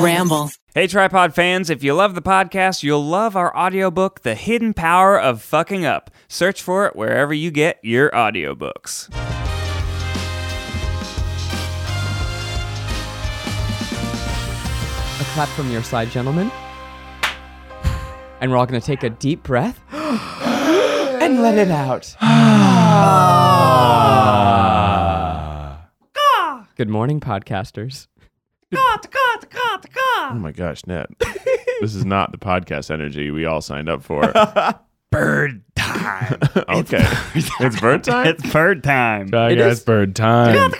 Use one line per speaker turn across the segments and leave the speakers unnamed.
Ramble.
Hey, tripod fans, if you love the podcast, you'll love our audiobook, The Hidden Power of Fucking Up. Search for it wherever you get your audiobooks.
A clap from your side, gentlemen. And we're all going to take a deep breath and let it out. Good morning, podcasters.
Oh my gosh, Ned. this is not the podcast energy we all signed up for.
bird time.
okay. It's bird time?
it's bird time.
Guy
It
Guys
is-
Bird time.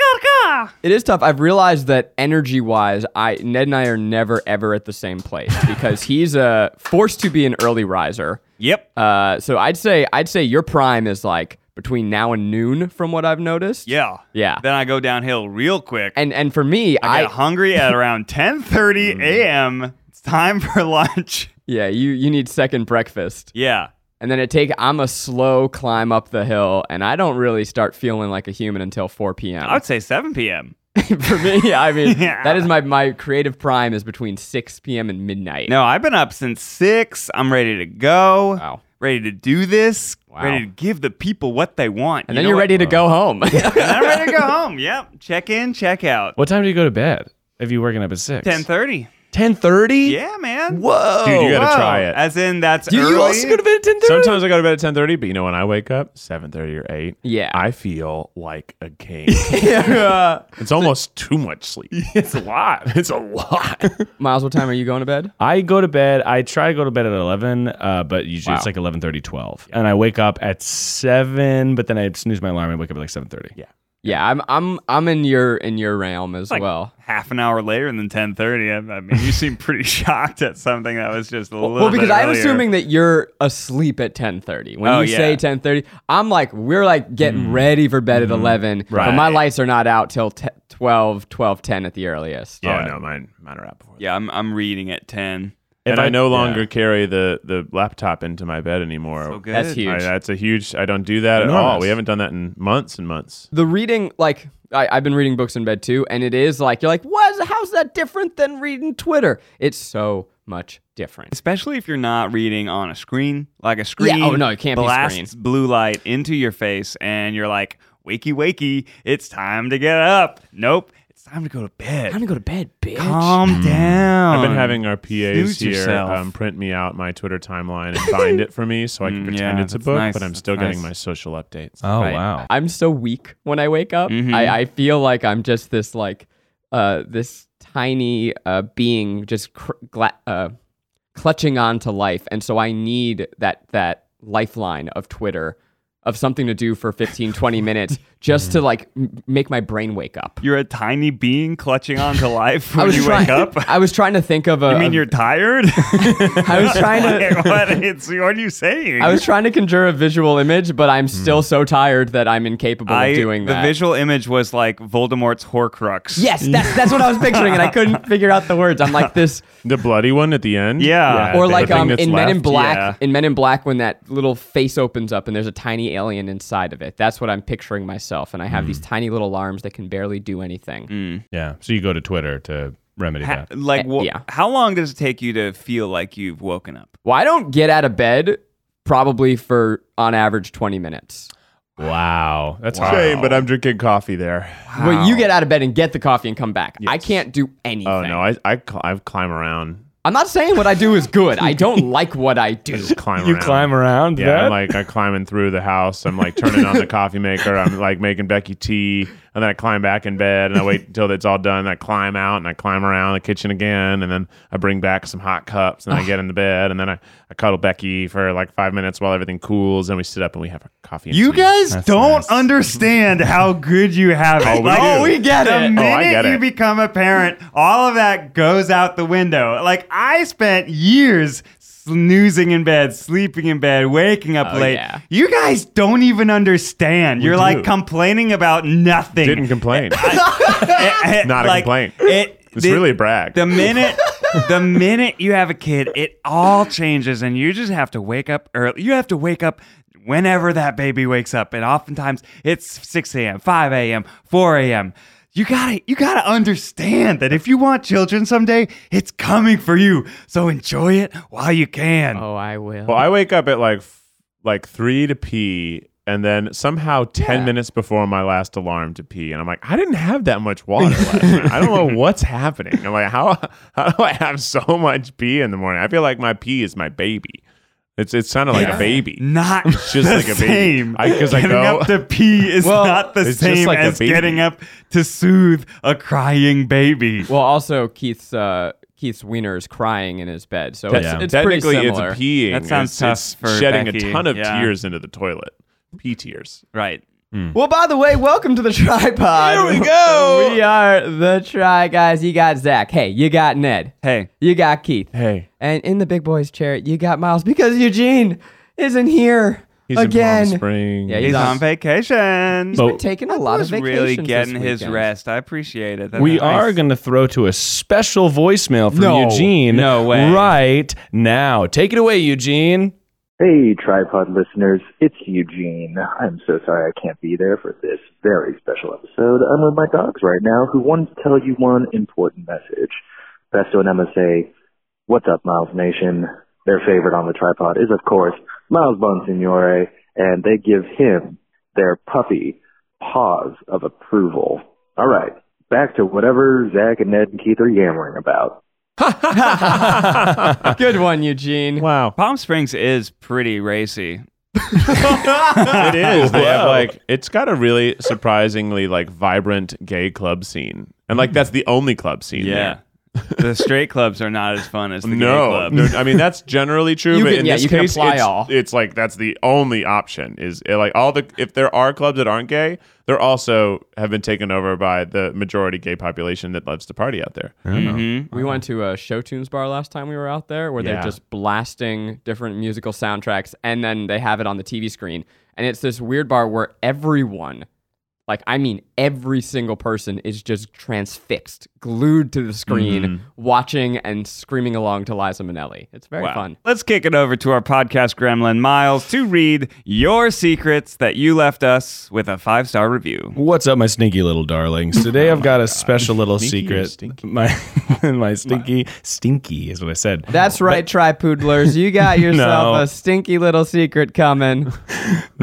It is tough. I've realized that energy wise, I Ned and I are never ever at the same place because he's uh, forced to be an early riser.
Yep.
Uh, so I'd say I'd say your prime is like between now and noon, from what I've noticed.
Yeah.
Yeah.
Then I go downhill real quick.
And and for me,
I
I, Mm-hmm.
get hungry at around 10:30 a.m. It's time for lunch.
yeah you you need second breakfast,
Yeah.
and then it take I'm a slow climb up the hill, and I don't really start feeling like a human until 4 p.m.
I would say 7 p.m.
for me, I mean
Yeah.
that is my my creative prime is between 6 p.m. and midnight.
No, I've been up since 6. I'm ready to go.
Wow.
Ready to do this.
Wow.
Ready to give the people what they want.
And
You
then
know
you're
what?
ready to go home.
And then I'm ready to go home. Yep. Check in, check out.
What time do you go to bed? If you working up at six?
10:30.
Ten thirty?
Yeah, man.
Whoa.
Dude, you gotta
Whoa.
try it.
As in, that's
Do
early.
you also go to bed at ten thirty?
Sometimes I go to bed at ten thirty, but you know when I wake up, seven thirty or eight,
Yeah.
I feel like a king.
uh,
It's almost too much sleep. It's a lot. It's a lot. Oh,
Miles, what time are you going to bed?
I go to bed. I try to go to bed at 11, uh, but usually it's like 11.30, 12. And I wake up at 7, but then I snooze my alarm. I wake up at like 7.30.
Yeah.
Yeah, I'm I'm I'm in your in your realm as
like
well.
half an hour later and then 10.30 I, I mean you seem pretty shocked at something that was just a little
Well, because
bit
I'm
earlier.
assuming that you're asleep at 10:30. When
Oh,
you
yeah.
say 10:30, I'm like we're like getting ready for bed at 11, but my
Right.
lights are not out till t- 12, 12, 10 at the earliest.
Oh no, mine mine are out before.
yeah I'm, I'm reading at 10
If
and I, no longer
yeah.
carry the, the laptop into my bed anymore.
so good
That's
I,
huge.
that's a huge. I don't do that at all.
Enormous.
We haven't done that in months and months.
the reading, like I, I've been reading books in bed too, and it is like you're like, what? How's that different than reading Twitter? It's so much different.
especially if you're not reading on a screen like a screen
oh, no, it can't be
blasts blue light into your face and you're like wakey wakey it's time to get up nope it's time to go to bed
Time to go to bed, bitch.
calm down
I've been having our PAs
Snooze
here
yourself.
um, print me out my Twitter timeline and find it for me so I can
Mm,
pretend
yeah,
it's a
that's
book,
nice,
but I'm
that's
still getting
nice. Uh,
my social updates.
Oh,
Right.
wow. Mm-hmm.
I'm so weak when I wake up. I, I feel like I'm just this like uh this tiny uh being just cr- gla- uh clutching on to life, and so I need that that lifeline of Twitter of something to do for 15 20 minutes just
Mm-hmm.
to like m- make my brain wake up.
you're a tiny being clutching on to life when you
trying,
wake up
I was trying to think of a
I mean
of-
you're tired
I was trying to
Like, what, it's, what are you saying
I was trying to conjure a visual image, but
Hmm.
I'm still so tired that I'm incapable of doing
the
that.
visual image was like Voldemort's Horcrux.
Yes, that's that's what I was picturing, and I couldn't figure out the words. I'm like this,
The bloody one at the end?
Yeah.
or
the
like
thing
um,
that's
in Men in
left?
Black.
yeah.
In Men in Black, when that little face opens up and there's a tiny alien inside of it. That's what I'm picturing myself, and I have
Mm.
these tiny little arms that can barely do anything.
Yeah. So you go to Twitter to remedy
Ha-
that.
like, wha-
Uh, Yeah.
how long does it take you to feel like you've woken up?
Well, I don't get out of bed probably for on average 20 minutes.
Wow. That's
Wow.
hard.
Shame, but I'm drinking coffee there.
Well, you get out of bed and get the coffee and come back. I can't do anything.
Oh, no. I, I, cl- I climb around.
I'm not saying what I do is good. I don't like what I
I
do.
just climb
You
around.
climb around
Yeah,
that?
I'm like I'm climbing through the house. I'm like turning on the coffee maker. I'm like making Becky tea, and then I climb back in bed, and I wait until it's all done. And I climb out, and I climb around the kitchen again, and then I bring back some hot cups, and I get in the bed, and then I, I cuddle Becky for like five minutes while everything cools, and we sit up and we have our coffee. And
You
tea.
guys
That's
don't
nice.
understand how good you have it.
Oh, we do.
We get
the
it.
minute
Oh, I get
you
it.
become a parent, all of that goes out the window. Like I spent years snoozing in bed, sleeping in bed, waking up
Oh,
late.
yeah.
You guys don't even understand. You're like complaining about nothing. Eh,
didn't complain. Not a complaint.
It,
It's
the-
really a brag.
The minute the minute you have a kid, it all changes and you just have to wake up early. You have to wake up whenever that baby wakes up. And oftentimes it's 6 a.m., 5 a.m., 4 a.m.
you gotta you gotta understand that if you want children someday, it's coming for you. So enjoy it while you can.
Oh, I will.
Well, I wake up at like f- like three to pee, and then somehow ten minutes before my last alarm to pee, and I'm like, I didn't have that much water last night. I don't know what's happening. I'm like, how how do I have so much pee in the morning? I feel like my pee is my baby. It's it's sounded like a baby.
Not
just
the
like a baby.
same.
I- 'cause I
getting
go-
up to pee is
Well,
not the
it's just
same
like a
as
baby.
getting up to soothe a crying baby.
well, also Keith's uh, Keith's wiener is crying in his bed, so it's,
Yeah.
it's pretty
Technically, it's
similar.
peeing.
That sounds
It's- it's
tough for
shedding
Becky.
a ton of
Yeah.
tears into the toilet. Pee tears.
Right.
Well, by the way, welcome to the tripod. Here we go. We are the Try Guys. You got Zach. Hey, you got Ned.
Hey.
You got Keith.
Hey.
And in the big boy's chair, you got Miles because Eugene isn't here
He's
again.
in Palm Springs.
Yeah,
He's
Nice.
on vacation.
But
Been taking a lot
was
of
really
vacations
getting
this
his
weekend.
rest. I appreciate it. That's
We
nice.
are going to throw to a special voicemail from
No.
Eugene.
No way.
Right now. Take it away, Eugene.
Hey, tripod listeners, it's Eugene. I'm so sorry I can't be there for this very special episode. I'm with my dogs right now who wanted to tell you one important message. Besto and Emma say, What's up, Miles Nation? Their favorite on the tripod is, of course, Miles Bonsignore, and they give him their puppy pause of approval. All right, back to whatever Zach and Ned and Keith are yammering about.
Good one, Eugene.
Wow.
Palm Springs is pretty racy.
it is. They have like it's got a really surprisingly like vibrant gay club scene, and like that's the only club scene.
the straight clubs are not as fun as the
there.
gay
No,
club.
no, I mean that's generally true,
You
but
can-
in
yeah,
this
you can
case,
apply
it's,
all.
it's like that's the only option. Is it, like all the if there are clubs that aren't gay, they're also have been taken over by the majority gay population that loves to party out there.
Mhm.
We went to a show tunes bar last time we were out there where
Yeah.
they're just blasting different musical soundtracks and then they have it on the TV screen. And it's this weird bar where everyone, like I mean every single person is just transfixed, glued to the screen,
Mm-hmm.
watching and screaming along to Liza Minnelli. It's very
Wow.
fun.
Let's kick it over to our podcast gremlin, Miles, to read your secrets that you left us with a five star review.
What's up, my sneaky little darlings? Today I've got a special little
Sneaky or
secret. My my stinky stinky is what I said.
That's right, tripoodlers. You got yourself
No.
a stinky little secret coming.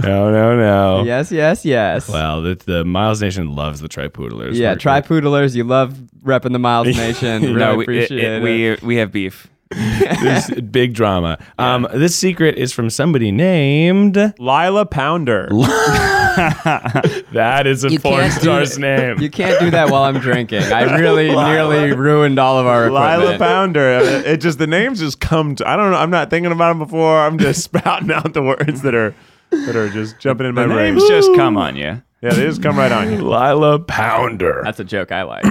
no, no,
Oh.
no.
yes, yes, yes.
Well, the, the Miles Nation loves the tripoodlers.
yeah,
We're-
tripoodlers, you love repping the Miles Nation. Really
we, it-
appreciate
it-
it.
we we have beef.
There's big drama. Um, this secret is from somebody named.
Lila Pounder.
That is a
You
porn
can't do
star's
that.
name.
You can't do that while I'm drinking. I really nearly ruined all of our
Lila
equipment.
Pounder. Uh, It just the names just come. To, I don't know. I'm not thinking about them before. I'm just spouting out the words that are that are just jumping in my
The
brain.
names just come on you.
Yeah, they just come right on you.
Lila Pounder.
That's a joke I like.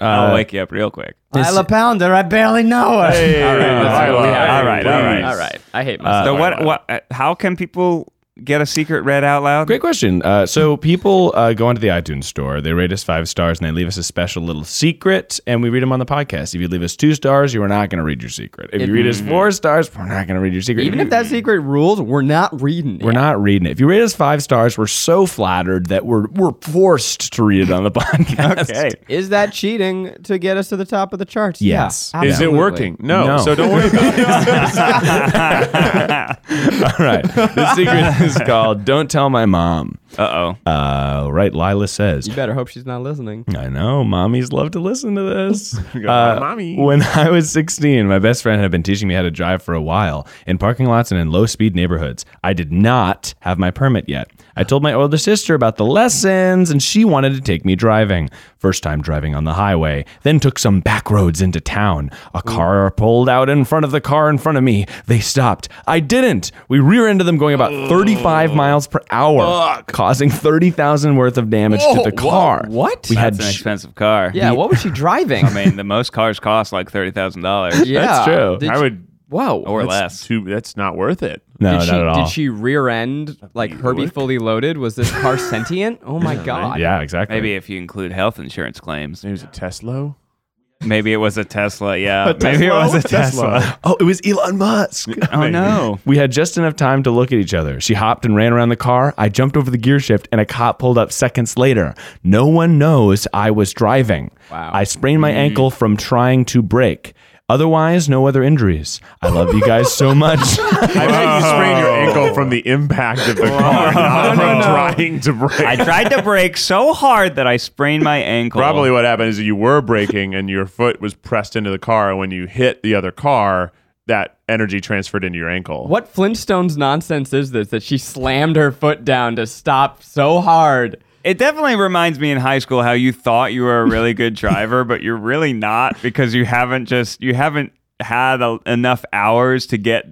I'll wake you up real quick.
Lila Pounder, I barely know her.
Hey,
That's
Lila,
what we have.
all right, all right.
all right. I hate myself.
so what? What? uh, How can people get a secret read out loud?
Great question. Uh, so people uh, go onto the iTunes store, they rate us five stars, and they leave us a special little secret, and we read them on the podcast. If you leave us two stars, you are not going to read your secret. If you read us four stars, we're not going to read your secret.
Mm-hmm. Even if that secret rules, we're not reading it.
we're not reading it. If you rate us five stars, we're so flattered that we're we're forced to read it on the podcast. okay.
Is that cheating to get us to the top of the charts?
Yes.
Yeah,
Is it
absolutely.
working? No.
No.
So don't worry about it.
All right. The secret is called "Don't Tell My Mom."
Uh oh.
Uh, right. Lila says,
You better hope she's not listening.
I know. Mommies love to listen to this. Uh,
"Hi, mommy."
When I was 16, my best friend had been teaching me how to drive for a while in parking lots and in low speed neighborhoods. I did not have my permit yet. I told my older sister about the lessons and she wanted to take me driving. First time driving on the highway, then took some back roads into town. A car pulled out in front of the car in front of me. They stopped. I didn't. We rear ended them going about 35 miles per hour, causing 30,000 worth of damage to the car.
what?
We
That's
had
an expensive car.
Yeah, what was she driving?
I mean, the most cars cost like thirty thousand dollars.
yeah.
That's true.
Did
I
she-
would.
Whoa.
Or
that's
less.
Too, that's not worth it.
No,
did she,
not at all.
Did she rear end like Herbie fully loaded? Was this car sentient? Oh my god.
yeah, exactly.
Maybe if you include health insurance claims.
There's a Tesla.
Maybe it was a Tesla. Yeah.
A
Maybe it
Tesla?
was a Tesla.
Tesla.
Oh, it was Elon Musk.
Oh no.
We had just enough time to look at each other. She hopped and ran around the car. I jumped over the gear shift and a cop pulled up seconds later. No one knows I was driving. Wow. I sprained my ankle from trying to brake. Otherwise, no other injuries. I love you guys so much.
I bet you sprained your ankle from the impact of the car, not from trying to brake.
I tried to brake so hard that I sprained my ankle.
Probably what happened is that you were braking and your foot was pressed into the car. And when you hit the other car, that energy transferred into your ankle.
What Flintstones nonsense is this that she slammed her foot down to stop so hard?
It definitely reminds me in high school how you thought you were a really good driver, but you're really not because you haven't just you haven't had a, enough hours to get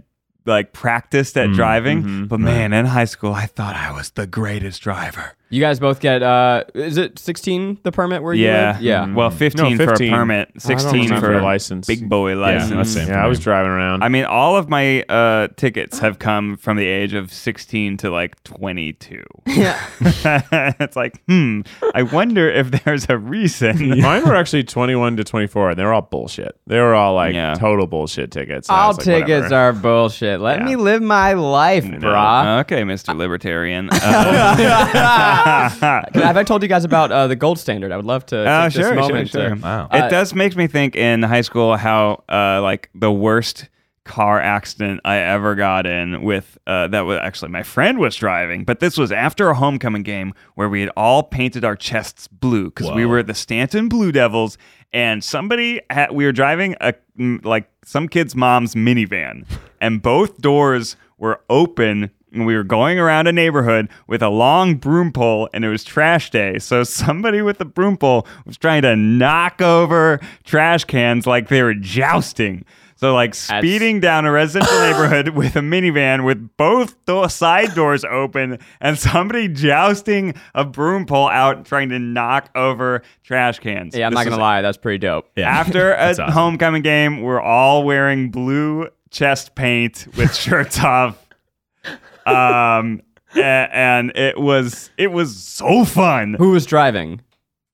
like practiced at driving. But man, in high school, I thought I was the greatest driver.
You guys both get uh is it 16 the permit where you
Yeah, Mm-hmm.
live? Yeah.
Well, 15,
No,
for a
15.
permit, sixteen
remember
for
the license.
big boy
Yeah,
license.
that's same for
Yeah, I
me.
was driving around.
I mean, all of my uh, tickets have come from the age of 16 to like 22.
Yeah.
it's like, hmm, I wonder if there's a reason.
Mine were actually 21 to 24, and they were all bullshit. They were all like
Yeah.
total bullshit tickets. and I
All
was like,
tickets
whatever.
are bullshit. Let
Yeah.
me live my life, brah.
Okay, Mr. Libertarian. Uh,
Have I told you guys about uh, the gold standard? I would love to.
uh,
take this
sure, sure,
moment
sure.
To, uh,
Wow.
It does make me think in high school how uh, like the worst car accident I ever got in with uh, that was actually my friend was driving, but this was after a homecoming game where we had all painted our chests blue because we were the Stanton Blue Devils, and somebody had, we were driving a mm, like some kid's mom's minivan, and both doors were open and we were going around a neighborhood with a long broom pole and it was trash day. So somebody with a broom pole was trying to knock over trash cans like they were jousting. So like speeding down a residential neighborhood with a minivan with both do- side doors open and somebody jousting a broom pole out trying to knock over trash cans.
yeah, I'm
This
not gonna
was
lie, that's pretty dope.
after a
awesome.
homecoming game, we're all wearing blue chest paint with shirts off. Um, a- and it was it was so fun.
Who was driving?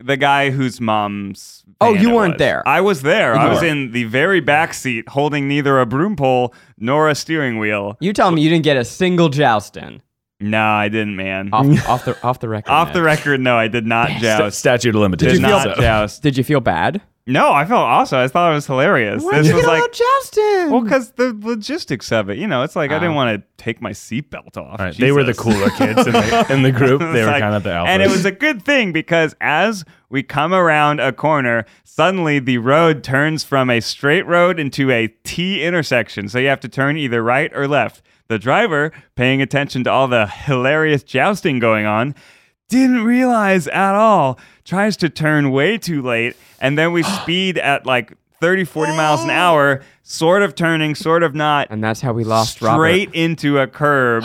The guy whose mom's
Oh,
van
you
it
weren't
was.
there.
I was there. I was
were.
in the very back seat, holding neither a broom pole nor a steering wheel.
You tell me you didn't get a single joust in
No, I didn't, man. Off,
off, off the off the record. man.
the record, no, I did not
Sta-
joust.
statute of
Did
limitations.
not
So-
joust.
Did you feel bad?
No, I felt awesome. I thought it was hilarious.
Why'd
this
you
was
feel
like
about jousting?
Well, because the logistics of it, you know, it's like I didn't want to take my seatbelt off.
All right, they were the
Jesus.
cooler kids in the, in the group. They
It's
were
like-
kind of the alphas.
And it was a good thing because as we come around a corner, suddenly the road turns from a straight road into a T intersection. So you have to turn either right or left. The driver, paying attention to all the hilarious jousting going on, didn't realize at all, tries to turn way too late, and then we speed at like 30, 40 miles an hour, sort of turning, sort of not
and that's how we lost
straight into a curb.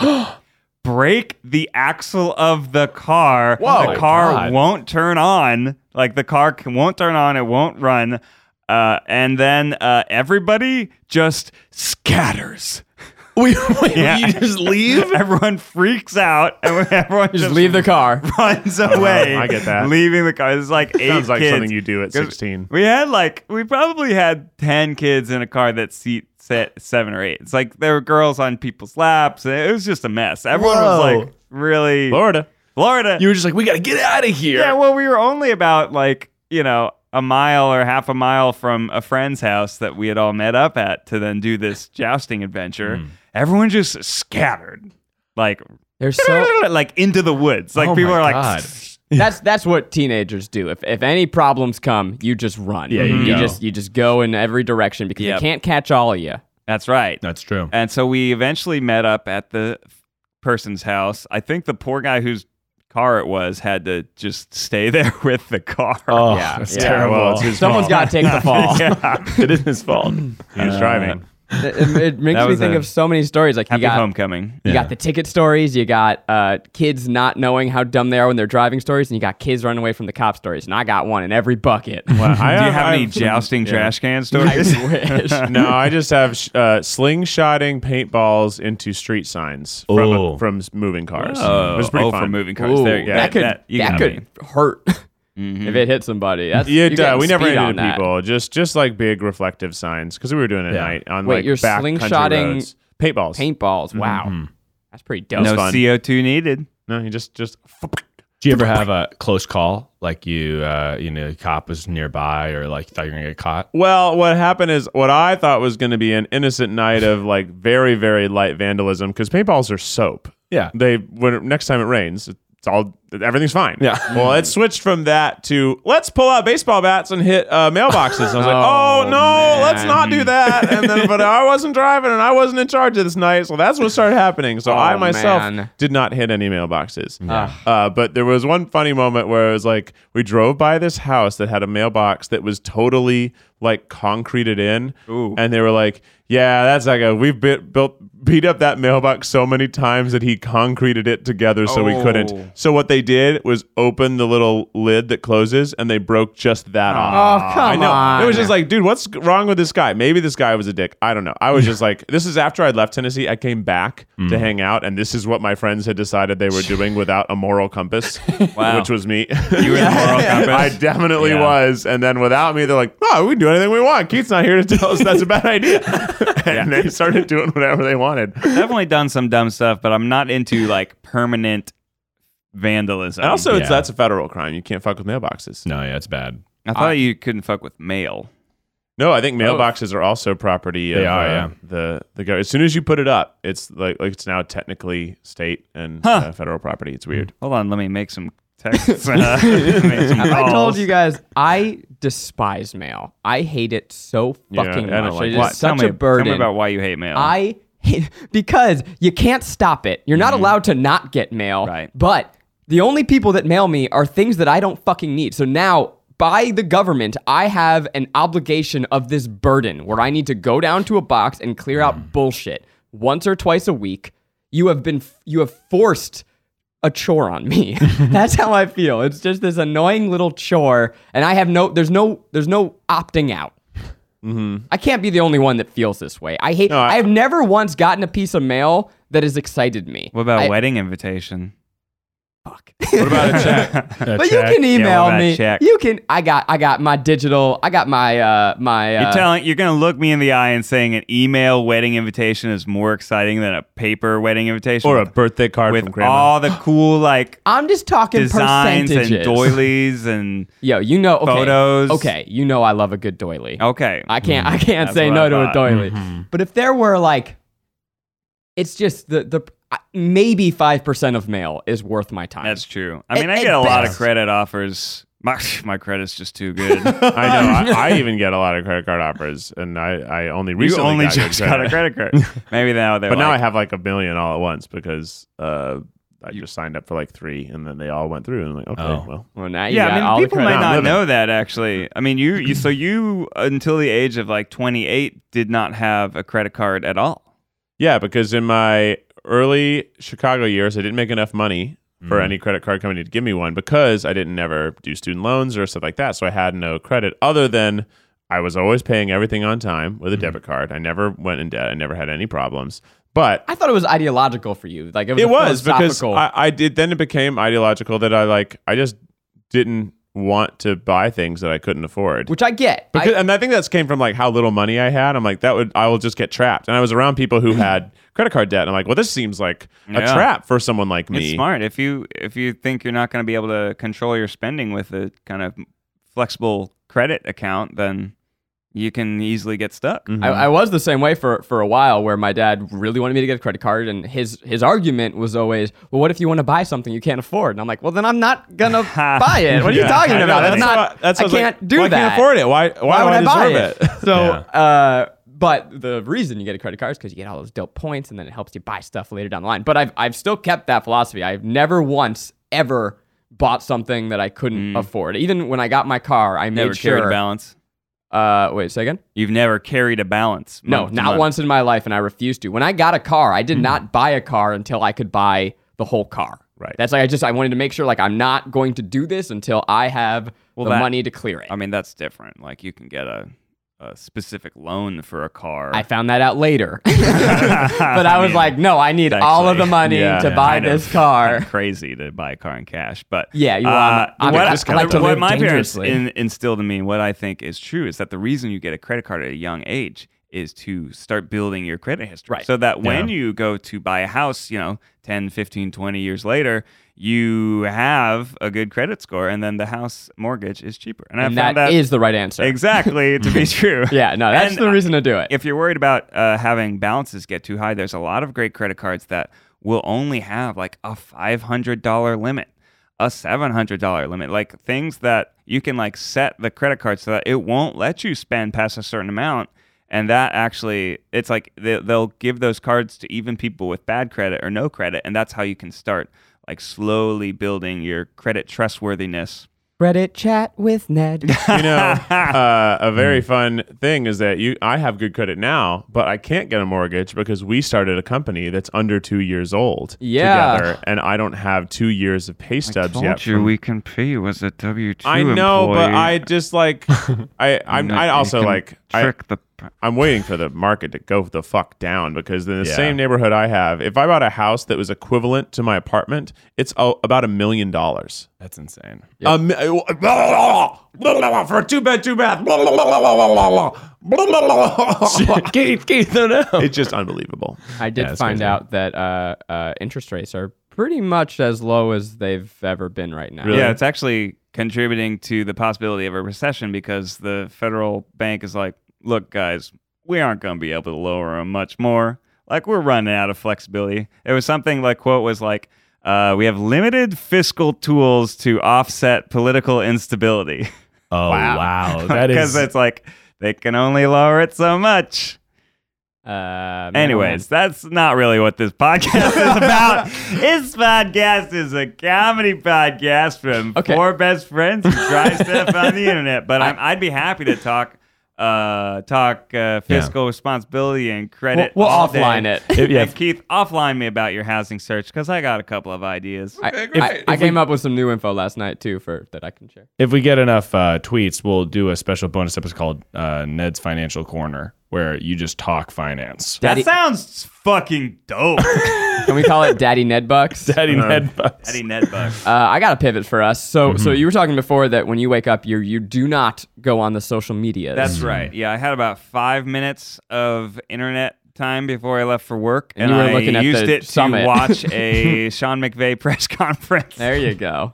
Break the axle of the car.
Whoa.
the car
God.
won't turn on. Like the car c- won't turn on. It won't run. Uh, and then uh, everybody just scatters.
we, wait,
Yeah.
you just leave?
Everyone freaks out, and everyone just,
Just leave the car.
runs away.
Oh, I get that.
Leaving the car. It's like eight
Sounds like
kids.
something you do at
'Cause
16.
We had like we probably had ten kids in a car that seat set seven or eight. It's like there were girls on people's laps. It was just a mess. Everyone
Whoa.
was like really
Florida.
Florida.
You were just like, we got to get out of here.
yeah, well, we were only about like you know a mile or half a mile from a friend's house that we had all met up at to then do this jousting adventure.
Hmm.
Everyone just scattered, like
There's so
like into the woods. Like
Oh
people
my
are like.
God.
that's that's what teenagers do. If if any problems come, you just run.
Mm-hmm. Yeah, you go.
just you just go in every direction because
Yep.
they can't catch all of you.
That's right.
That's true.
And so we eventually met up at the f- person's house. I think the poor guy whose car it was had to just stay there with the car.
Oh,
Yeah,
that's
yeah.
terrible.
Well, it's his
Someone's got to
fault.
take the fall.
yeah.
it is his fault.
He was driving.
it, it- it makes
That
me
was
think
a
of so many stories. Like
Happy
you got
homecoming.
you got the ticket stories, you got uh, kids not knowing how dumb they are when they're driving stories, and you got kids running away from the cop stories. And I got one in every bucket.
Well, I
Do you have any
I've-
jousting
Yeah.
trash can
I
stories?
wish.
No, I just have sh- uh, slingshotting paintballs into street signs from,
Oh.
from s- moving cars.
Oh,
it was pretty
oh,
fun.
for moving cars. There,
Ooh,
yeah,
that could
you
that
got
could
me.
hurt. if Mm-hmm. it hits somebody. That's,
Yeah,
you're
duh,
getting
we never
speed
ran
on
into
that.
people. Just just like big reflective signs because we were doing it at
Yeah.
night on
Wait,
like
you're
back country
slingshotting
roads. paintballs.
Paintballs. Wow, that's pretty dope.
no
fun.
CO2 needed.
No, you just just
Do you ever have a close call? Like you, uh, you know, cop was nearby or like you thought you were going to get caught?
Well, what happened is what I thought was going to be an innocent night of like very very light vandalism because paintballs are soap.
Yeah.
They when next time it rains, it's all everything's fine.
Yeah.
Well, it switched from that to let's pull out baseball bats and hit uh, mailboxes. I was like, oh no, let's not do that. And then, but I wasn't driving and I wasn't in charge of this night, so that's what started happening. So I myself
man.
did not hit any mailboxes. Uh, but there was one funny moment where it was like we drove by this house that had a mailbox that was totally like concreted in, and they were like, "Yeah, that's like a we've bit, built beat up that mailbox so many times that he concreted it together so we couldn't." So what they did was open the little lid that closes, and they broke just that off.
Oh, come
I know.
on.
It was just like, dude, what's wrong with this guy? Maybe this guy was a dick. I don't know. I was just like, this is after I'd left Tennessee. I came back to
Mm.
hang out, and this is what my friends had decided they were doing without a moral compass, which was me. You
were the moral compass?
I definitely
Yeah.
was. And then without me, they're like, oh, we can do anything we want. Keith's not here to tell us that's a bad idea. and they started doing whatever they wanted.
Definitely done some dumb stuff, but I'm not into like permanent vandalism.
And also, it's
Yeah.
that's a federal crime. You can't fuck with mailboxes.
No, yeah, it's bad.
I thought you couldn't fuck with mail.
No, I think
Oh.
mailboxes are also property.
They
of,
are,
uh,
yeah.
The the go- as soon as you put it up, it's like like it's now technically state and uh, federal property. It's weird.
Hold on, let me make some texts. uh, make some
Have I
calls.
told you guys I despise mail. I hate it so
Yeah,
fucking
I
much.
don't like
it
it.
is
What?
Tell
such
me,
a burden.
Tell me about why you hate mail.
I hate, because you can't stop it. You're not allowed to not get mail.
Right.
But the only people that mail me are things that I don't fucking need. So now by the government, I have an obligation of this burden where I need to go down to a box and clear out bullshit once or twice a week. You have been you have forced a chore on me. That's how I feel. It's just this annoying little chore and I have no there's no there's no opting out.
Mm-hmm.
I can't be the only one that feels this way. I hate.
I-
I, have never once gotten a piece of mail that has excited me.
what about
I-
wedding invitation?
Fuck.
What about a check?
but you can
Yeah,
email
what about
me.
check?
You can. I got. I got my digital. I got my. uh My. Uh,
You're telling you're gonna look me in the eye and saying an email wedding invitation is more exciting than a paper wedding invitation
or a
with-
birthday card
with
from grandma.
all the cool like
I'm just talking
designs
percentages.
and doilies and
Yo, you know. Okay,
Photos.
Okay, you know I love a good doily.
okay.
I can't. I can't
That's
say
what
no
I
to a
thought.
doily. But if there were like, it's just the the I- maybe five percent of mail is worth my time.
That's true. I
At-
mean, I
at
get a lot of
best.
credit offers. My my credit's just too good.
I know. I, I even get a lot of credit card offers, and I, I only
you
recently
only
got good
just got a credit card. Maybe now they're
But now I
like,
have like a billion all at once because uh, I just signed up for like three, and then they all went through. And I'm like, okay,
Oh.
well,
Well, now you
yeah.
got
I
all
mean,
the
people
credit.
might
I'm
not
living.
know that actually. I mean, you, you so you until the age of like 28 did not have a credit card at all.
yeah, because in my early Chicago years, I didn't make enough money
Mm.
for
Mm.
any credit card company to give me one because I didn't never do student loans or stuff like that, so I had no credit other than. I was always paying everything on time with a
Mm-hmm.
debit card. I never went in debt. I never had any problems. But
I thought it was ideological for you. Like it was,
it
a
was because
philosophical-
I, I did then it became ideological that i like i just didn't want to buy things that i couldn't afford
which I get.
because,
I,
and I think that's came from like how little money I had. I'm like that would I will just get trapped. And I was around people who had credit card debt. And I'm like, well, this seems like a
Yeah.
trap for someone like me.
It's smart if you if you think you're not going to be able to control your spending with a kind of flexible credit account, then you can easily get stuck.
I, I was the same way for for a while, where my dad really wanted me to get a credit card, and his his argument was always, "Well, what if you want to buy something you can't afford?" And I'm like, "Well, then I'm not gonna buy it. What are you
Yeah, I
talking
know.
about? That's,
why-
not.
that's why
I
was like,
can't do
well,
that.
I can't afford it. Why? Why,
Why
do
would I buy
deserve
it?" So,
Yeah.
uh, but the reason you get a credit card is because you get all those dope points, and then it helps you buy stuff later down the line. But I've I've still kept that philosophy. I've never once ever bought something that I couldn't afford. Even when I got my car, I
Mm. Never
made
carried a
sure.
balance.
Uh, wait, say again.
You've never carried a balance.
No,
month to
not
month. Mm.
once in my life, and I refused to. When I got a car, I did not buy a car until I could buy the whole car.
Right.
That's like I just I wanted to make sure like I'm not going to do this until I have the
that-
money to clear it.
I mean, that's different. Like you can get a a specific loan for a car.
I found that out later. but I was
mean,
like, no, I need
it's
all of the
actually-
money
yeah,
to
yeah,
buy
kind
this
of
car.
crazy to buy a car in cash, but
Yeah, you
uh,
wanna- I
what,
like-
I-
I like to
what
live
my parents
dangerously.
in, instilled in me, what I think is true, is that the reason you get a credit card at a young age is to start building your credit history,
Right.
so that when you go to buy a house, you know, 10, 15, 20 years later, you have a good credit score, and then the house mortgage is cheaper. And,
And
I found
that is the right answer.
exactly to be true.
Yeah, no, that's
And
the reason to do it.
if you're worried about uh, having balances get too high, there's a lot of great credit cards that will only have like a $500 limit, a $700 limit, like things that you can like set the credit card so that it won't let you spend past a certain amount. And that actually, it's like they, they'll give those cards to even people with bad credit or no credit. And that's how you can start like slowly building your credit trustworthiness.
Reddit chat with Ned.
you know, uh, a very fun thing is that you I have good credit now, but I can't get a mortgage because we started a company that's under two years old
Yeah.
together, and I don't have two years of pay stubs yet. from-
we can pay you as a W two.
I know, but I just like I I'm, I also like I,
the
I'm waiting for the market to go the fuck down because in the
Yeah.
same neighborhood I have, if I bought a house that was equivalent to my apartment, it's uh, about a million dollars.
That's insane.
A mi- for a two bed, two bath. it's
Keith, Keith, no, no.
just unbelievable.
I did
Yeah, it's
find
crazy.
out that uh, uh, interest rates are pretty much as low as they've ever been right now.
Yeah, it's actually contributing to the possibility of a recession because the federal bank is like, look, guys, we aren't going to be able to lower them much more. Like, we're running out of flexibility. It was something like, quote, was like, uh, we have limited fiscal tools to offset political instability.
Oh wow, that
Because
is.
it's like, they can only lower it so much.
Uh,
Anyways, that's not really what this podcast is about. this podcast is a comedy podcast from
Okay.
four best friends who try stuff on the internet. But I'm, I'd be happy to talk uh, talk uh, fiscal responsibility and credit.
We'll- we'll
all day.
offline it.
If- yeah,
And Keith, offline me about your housing search because I got a couple of ideas.
I, I, I came up with some new info last night too for that I can share.
if we get enough uh, tweets, we'll do a special bonus episode called uh, Ned's Financial Corner, where you just talk finance.
that sounds fucking dope.
Can we call it Daddy Ned Bucks?
Daddy Ned Bucks.
Eddie Nedbuck.
Uh, I got a pivot for us. So, so
Mm-hmm.
you were talking before that when you wake up, you you do not go on the social media.
That's right. Yeah, I had about five minutes of internet time before I left for work, and,
And you were
I
looking at
used
the
it
summit.
to watch a Sean McVay press conference.
there you go.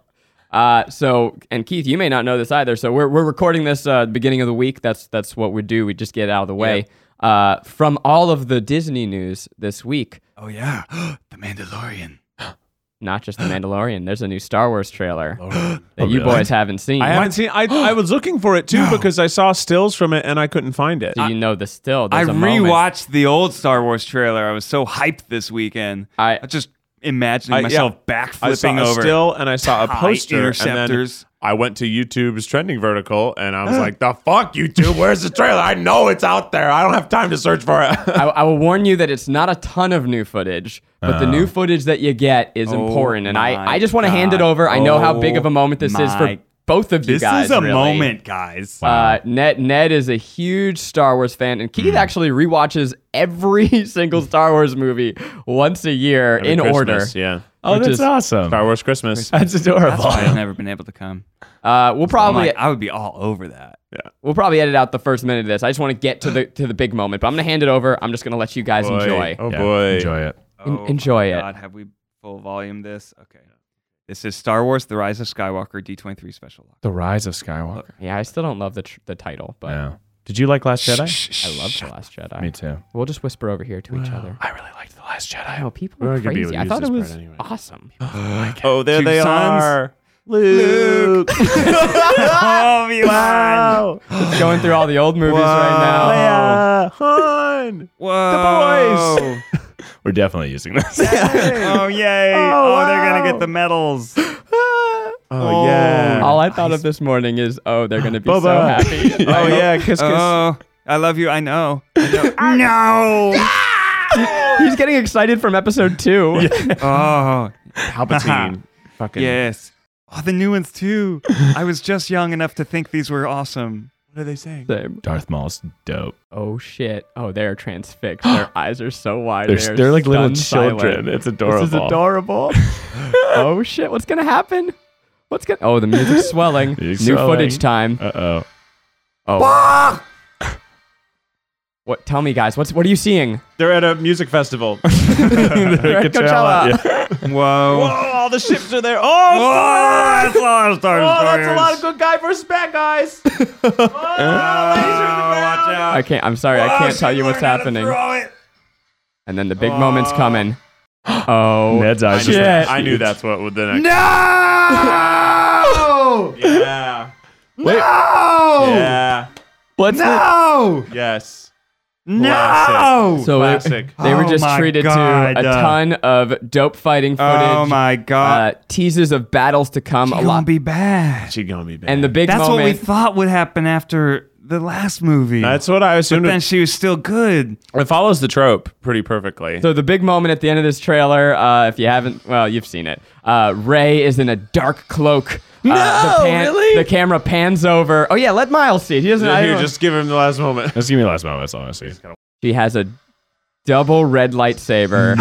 Uh, so, and Keith, you may not know this either. So we're we're recording this uh, the beginning of the week. That's that's what we do. We just get it out of the way. Uh, from all of the Disney news this week,
Oh yeah, the Mandalorian.
not just the Mandalorian. There's a new Star Wars trailer
Oh,
that you boys haven't seen.
I haven't seen. I I was looking for it too because I saw stills from it and I couldn't find it.
Do you know the still?
I
There's a moment.
rewatched the old Star Wars trailer. I was so hyped this weekend.
I-
just imagining
I- yeah.
myself
I saw
backflipping
a
over.
still and I saw a
Tie
poster. And then
interceptors.
I went to YouTube's trending vertical and I was like, "The fuck, YouTube? Where's the trailer? I know it's out there. I don't have time to search for it."
I, I will warn you that it's not a ton of new footage, but the new footage that you get is important. And
Oh. my Oh
I, I just want to hand it over. I know how big of a moment this is for
my-
both of you
this
guys.
is a
really.
moment, guys.
Uh, Ned Ned is a huge Star Wars fan, and
Hmm.
Keith actually rewatches every single Star Wars movie once a year in order.
yeah.
oh,
which
that's
is-
awesome.
Star Wars Christmas.
That's adorable.
I've never been able to come.
Uh, we'll
I'm
probably
like, I would be all over that.
we'll probably edit out the first minute of this. I just want to get to the to the big moment, but I'm gonna hand it over. I'm just gonna let you guys enjoy.
Oh
Yeah,
boy.
enjoy it.
En-
Oh
enjoy
my
it.
God, have we full volume this? Okay. This is Star Wars: The Rise of Skywalker D23 special.
The Rise of Skywalker.
Yeah, I still don't love the tr- the title, but
Yeah. Did you like Last Jedi?
I love the Last Jedi.
Me too.
We'll just whisper over here to each other.
I really liked the Last Jedi.
Oh, people
We're
are
not gonna be able
crazy.
to
I
use
thought
this
it
part
was
anyway.
awesome.
Oh, there
Two
they
sons.
are. Luke.
oh, you
Wow.
It's going through all the old movies right
Leia. Han.
Whoa. The boys.
We're definitely using this.
oh, yay. Oh, they're going to get the medals.
Oh, yeah.
now. All I thought of this morning is, oh, they're going to be so
Bubba.
happy.
oh yeah. Kiss kiss.
Oh, I love you. I know.
Uh.
He's getting excited from episode two.
Oh,
Palpatine. Fucking.
yes. Oh, the new ones, too. I was just young enough to think these were awesome.
What are they saying?
Same.
Darth Maul's dope.
Oh shit. Oh, they're transfixed. Their eyes are so wide.
They're,
They're,
they're like little
stunned
children.
silent.
It's adorable.
This is adorable. oh shit. What's gonna happen? What's gonna? Oh, the music's swelling. New
It's swelling.
footage time.
Uh oh.
Oh. what? Tell me, guys. What's what are you seeing?
They're at a music festival.
Coachella.
Whoa,
Whoa.
Oh, all the ships are there. Oh,
Oh, that's a lot of Star
oh,
Destroyers.
that's a lot of good guy versus bad guys. oh, lasers in the
Oh,
ground.
Watch out.
I can't. I'm sorry.
Oh,
I
Oh,
can't tell you what's happening. And then the big moment's coming. Oh.
Ned's
I,
eyes.
just,
just-
I knew that's what would the next.
No!
Yeah.
Wait,
No!
Yeah.
what's the-
No!
Yes.
No!
So it-
Classic.
they were
Oh
just
my
treated
God.
to a ton of dope fighting footage.
Oh my god.
uh, teases of battles to come a
It won't
lot.
be bad.
She gonna be bad.
and the big
That's
moment.
what we thought would happen after the last movie.
that's what I assumed.
but then
It,
she was still good.
it follows the trope pretty perfectly.
so the big moment at the end of this trailer, uh, if you haven't, well, you've seen it. Uh, Ray is in a dark cloak. No, the
really?
The camera pans over. Oh yeah, let Miles see. it. He doesn't. I
Here,
don't-
just give him the last moment.
Let's give me the last moment. That's all I see.
she has a double red lightsaber,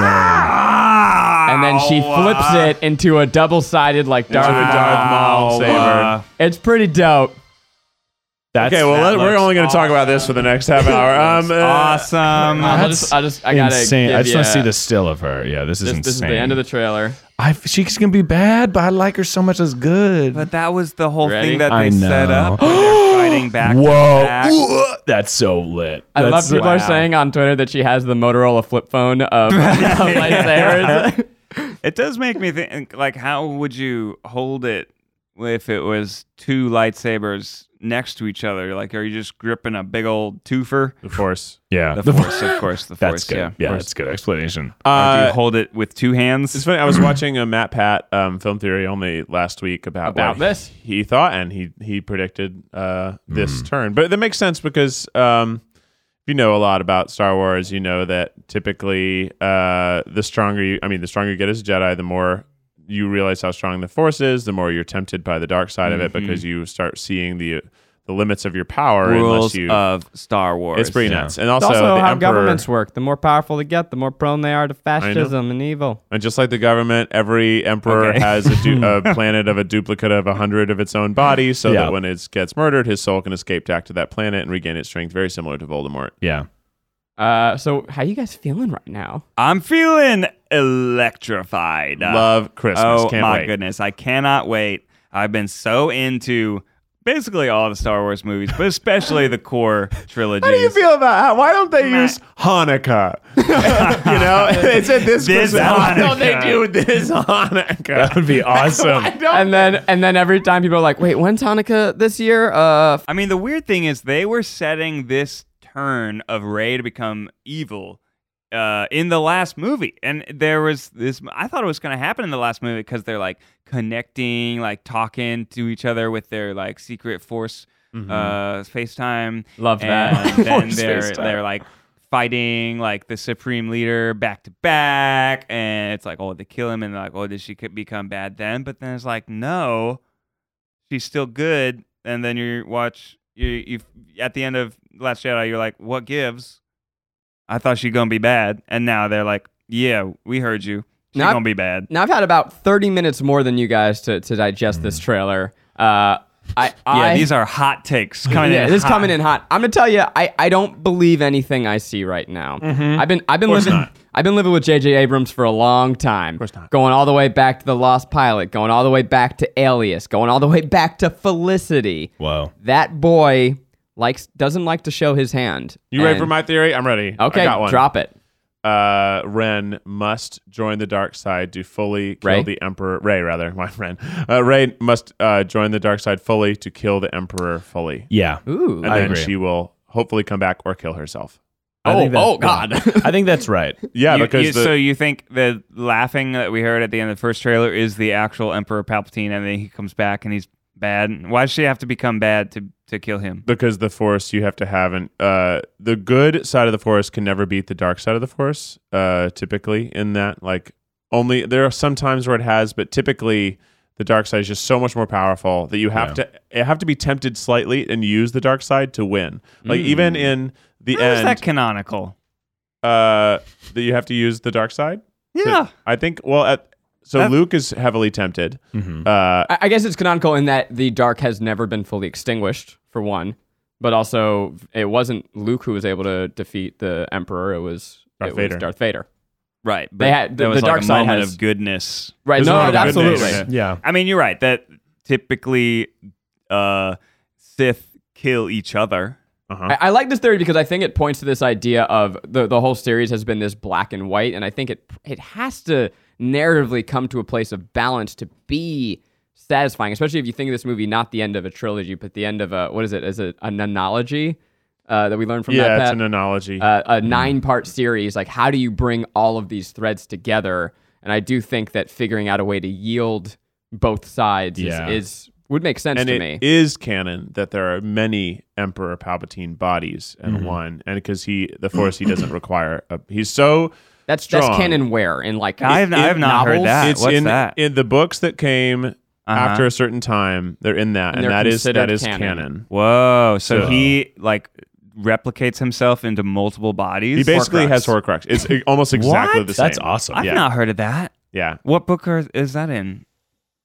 and then she flips it into a double-sided like Darth
Into a Darth Maul
Maul.
saber.
It's pretty dope.
That's
Okay, well, let, we're only going to talk about this for the next half hour. Um, uh,
Awesome.
I'll just, I just, I gotta
insane. I
give
just want
ya-
to see the still of her. Yeah, this is
This,
insane.
this is the end of the trailer.
I, she's gonna be bad, but I like her so much. That's good.
But that was the whole
Ready?
thing that
I
they set
know.
up. They're fighting back. to back.
Whoa, uh, that's so lit.
I love
That's-
people are saying on Twitter that she has the Motorola flip phone of lightsabers.
It does make me think like how would you hold it if it was two lightsabers next to each other? Like are you just gripping a big old twofer?
the Force.
yeah,
The
The-
force, of course, the force,
that's good.
yeah.
Yeah, that's good explanation.
Or do
Uh,
you hold it with two
it's
hands?
funny. I was watching a Matt Pat um, film theory only last week about
About
what
this?
he thought, and he he predicted uh, this
Mm.
turn. But that makes sense because um, if you know a lot about Star Wars, you know that typically uh, the stronger you, I mean, the stronger you get as a Jedi, the more you realize how strong the Force is, the more you're tempted by the dark side of it
Mm-hmm.
because you start seeing the the limits of your power
Rules
unless you.
of Star Wars.
it's pretty
yeah.
nuts, and also,
also,
the
how
Emperor,
governments work. The more powerful they get, the more prone they are to fascism and evil.
And just like the government, every emperor
Okay.
has a, du- a planet of a duplicate of a hundred of its own body, so
Yeah.
that when it gets murdered, his soul can escape back to that planet and regain its strength, very similar to Voldemort.
Yeah,
Uh, so how you guys feeling right now?
I'm feeling electrified.
Love Christmas.
Oh
Can't
my
wait.
goodness, I cannot wait. I've been so into basically all the Star Wars movies, but especially the core trilogies.
about how, why don't they use Hanukkah? you know, it's at this,
This Christmas. Why don't they Hanukkah. do
this Hanukkah?
that would be awesome.
And then, and then every time people are like, "Wait, when's Hanukkah this year?" Uh, f-
I mean, the weird thing is they were setting this turn of Ray to become evil uh, in the last movie, and there was this. I thought it was going to happen in the last movie because they're like connecting, like talking to each other with their like secret force
Mm-hmm.
Mm-hmm.
uh, FaceTime.
Love that.
And then
Force
they're
FaceTime.
they're like fighting like the supreme leader back to back, and it's like, oh, they kill him, and like, oh, did she become bad then? But then it's like, no, she's still good. And then you watch you you at the end of Last Jedi, you're like, what gives? I thought she gonna be bad, and now they're like, yeah, we heard you. She
Not-
gonna be bad.
now I've had about thirty minutes more than you guys to to digest this trailer. Uh, I,
Yeah,
I
these are hot takes coming
yeah,
in.
this is
hot.
coming in hot. I'm gonna tell you, I, I don't believe anything I see right now. I've been I've been living I've been living with J.J. Abrams for a long time. Of course not. Going all the way back to the Lost Pilot, going all the way back to Alias, going all the way back to Felicity.
Whoa.
That boy likes doesn't like to show his hand.
You ready
And-
for my theory? I'm ready. I
Okay,
got one.
drop it.
uh, Ren must join the dark side to fully kill
Rey?
the Emperor. Ray, rather, my Ren. Uh, Ray must uh, join the dark side fully to kill the Emperor fully,
Yeah.
Ooh.
and
I
then
agree.
she will hopefully come back or kill herself.
I
oh,
think that's-
oh God.
I think that's right.
Yeah,
You-
because
you-
the,
so you think the laughing that we heard at the end of the first trailer is the actual Emperor Palpatine, and then he comes back and he's bad. Why does she have to become bad to to kill him?
because the Force you have to have, and uh, the good side of the Force can never beat the dark side of the Force. Uh, typically, in that like only there are some times where it has, but typically the dark side is just so much more powerful that you have to you have to be tempted slightly and use the dark side to win. Like
Mm.
even in the
How is
end,
that canonical?
uh, that you have to use the dark side.
Yeah.
I think. Well, at, so
That-
Luke is heavily tempted.
Mm-hmm.
Uh,
I, I guess it's canonical in that the dark has never been fully extinguished, for one, but also it wasn't Luke who was able to defeat the Emperor. It was
Darth
it
Vader.
was Darth Vader.
Right. But
They had-
that
the-
was
the
like
dark
a
side
moment
has-
of goodness.
Right?
There's a
No,
lot of good
absolutely.
nature.
Yeah.
I mean, you're right that typically uh, Sith kill each other.
uh-huh.
I, I like this theory because I think it points to this idea of the the whole series has been this black and white, and I think it it has to narratively come to a place of balance to be satisfying, especially if you think of this movie not the end of a trilogy, but the end of a what is it? Is it an analogy uh, that we learned from that?
yeah, it's
Pat?
an analogy.
uh, a nine part series like how do you bring all of these threads together and i do think that figuring out a way to yield both sides
Yeah.
is, is would make sense
and
to
it is
me
canon that there are many Emperor Palpatine bodies and one, and because he the Force he doesn't require. A, he's so
that's
strong.
that's canon where in like
I have, not, I have not heard
novels?
that.
it's
What's
in
that? Uh-huh.
in the books that came after a certain time. They're in that, and,
they're
that is that
considered
is canon.
canon.
Whoa. So,
So-
he like replicates himself into multiple bodies.
He basically has Horcrux. It's uh, almost exactly
What?
the same.
That's awesome.
I've
yeah.
not heard of that.
Yeah,
What book are, is that in?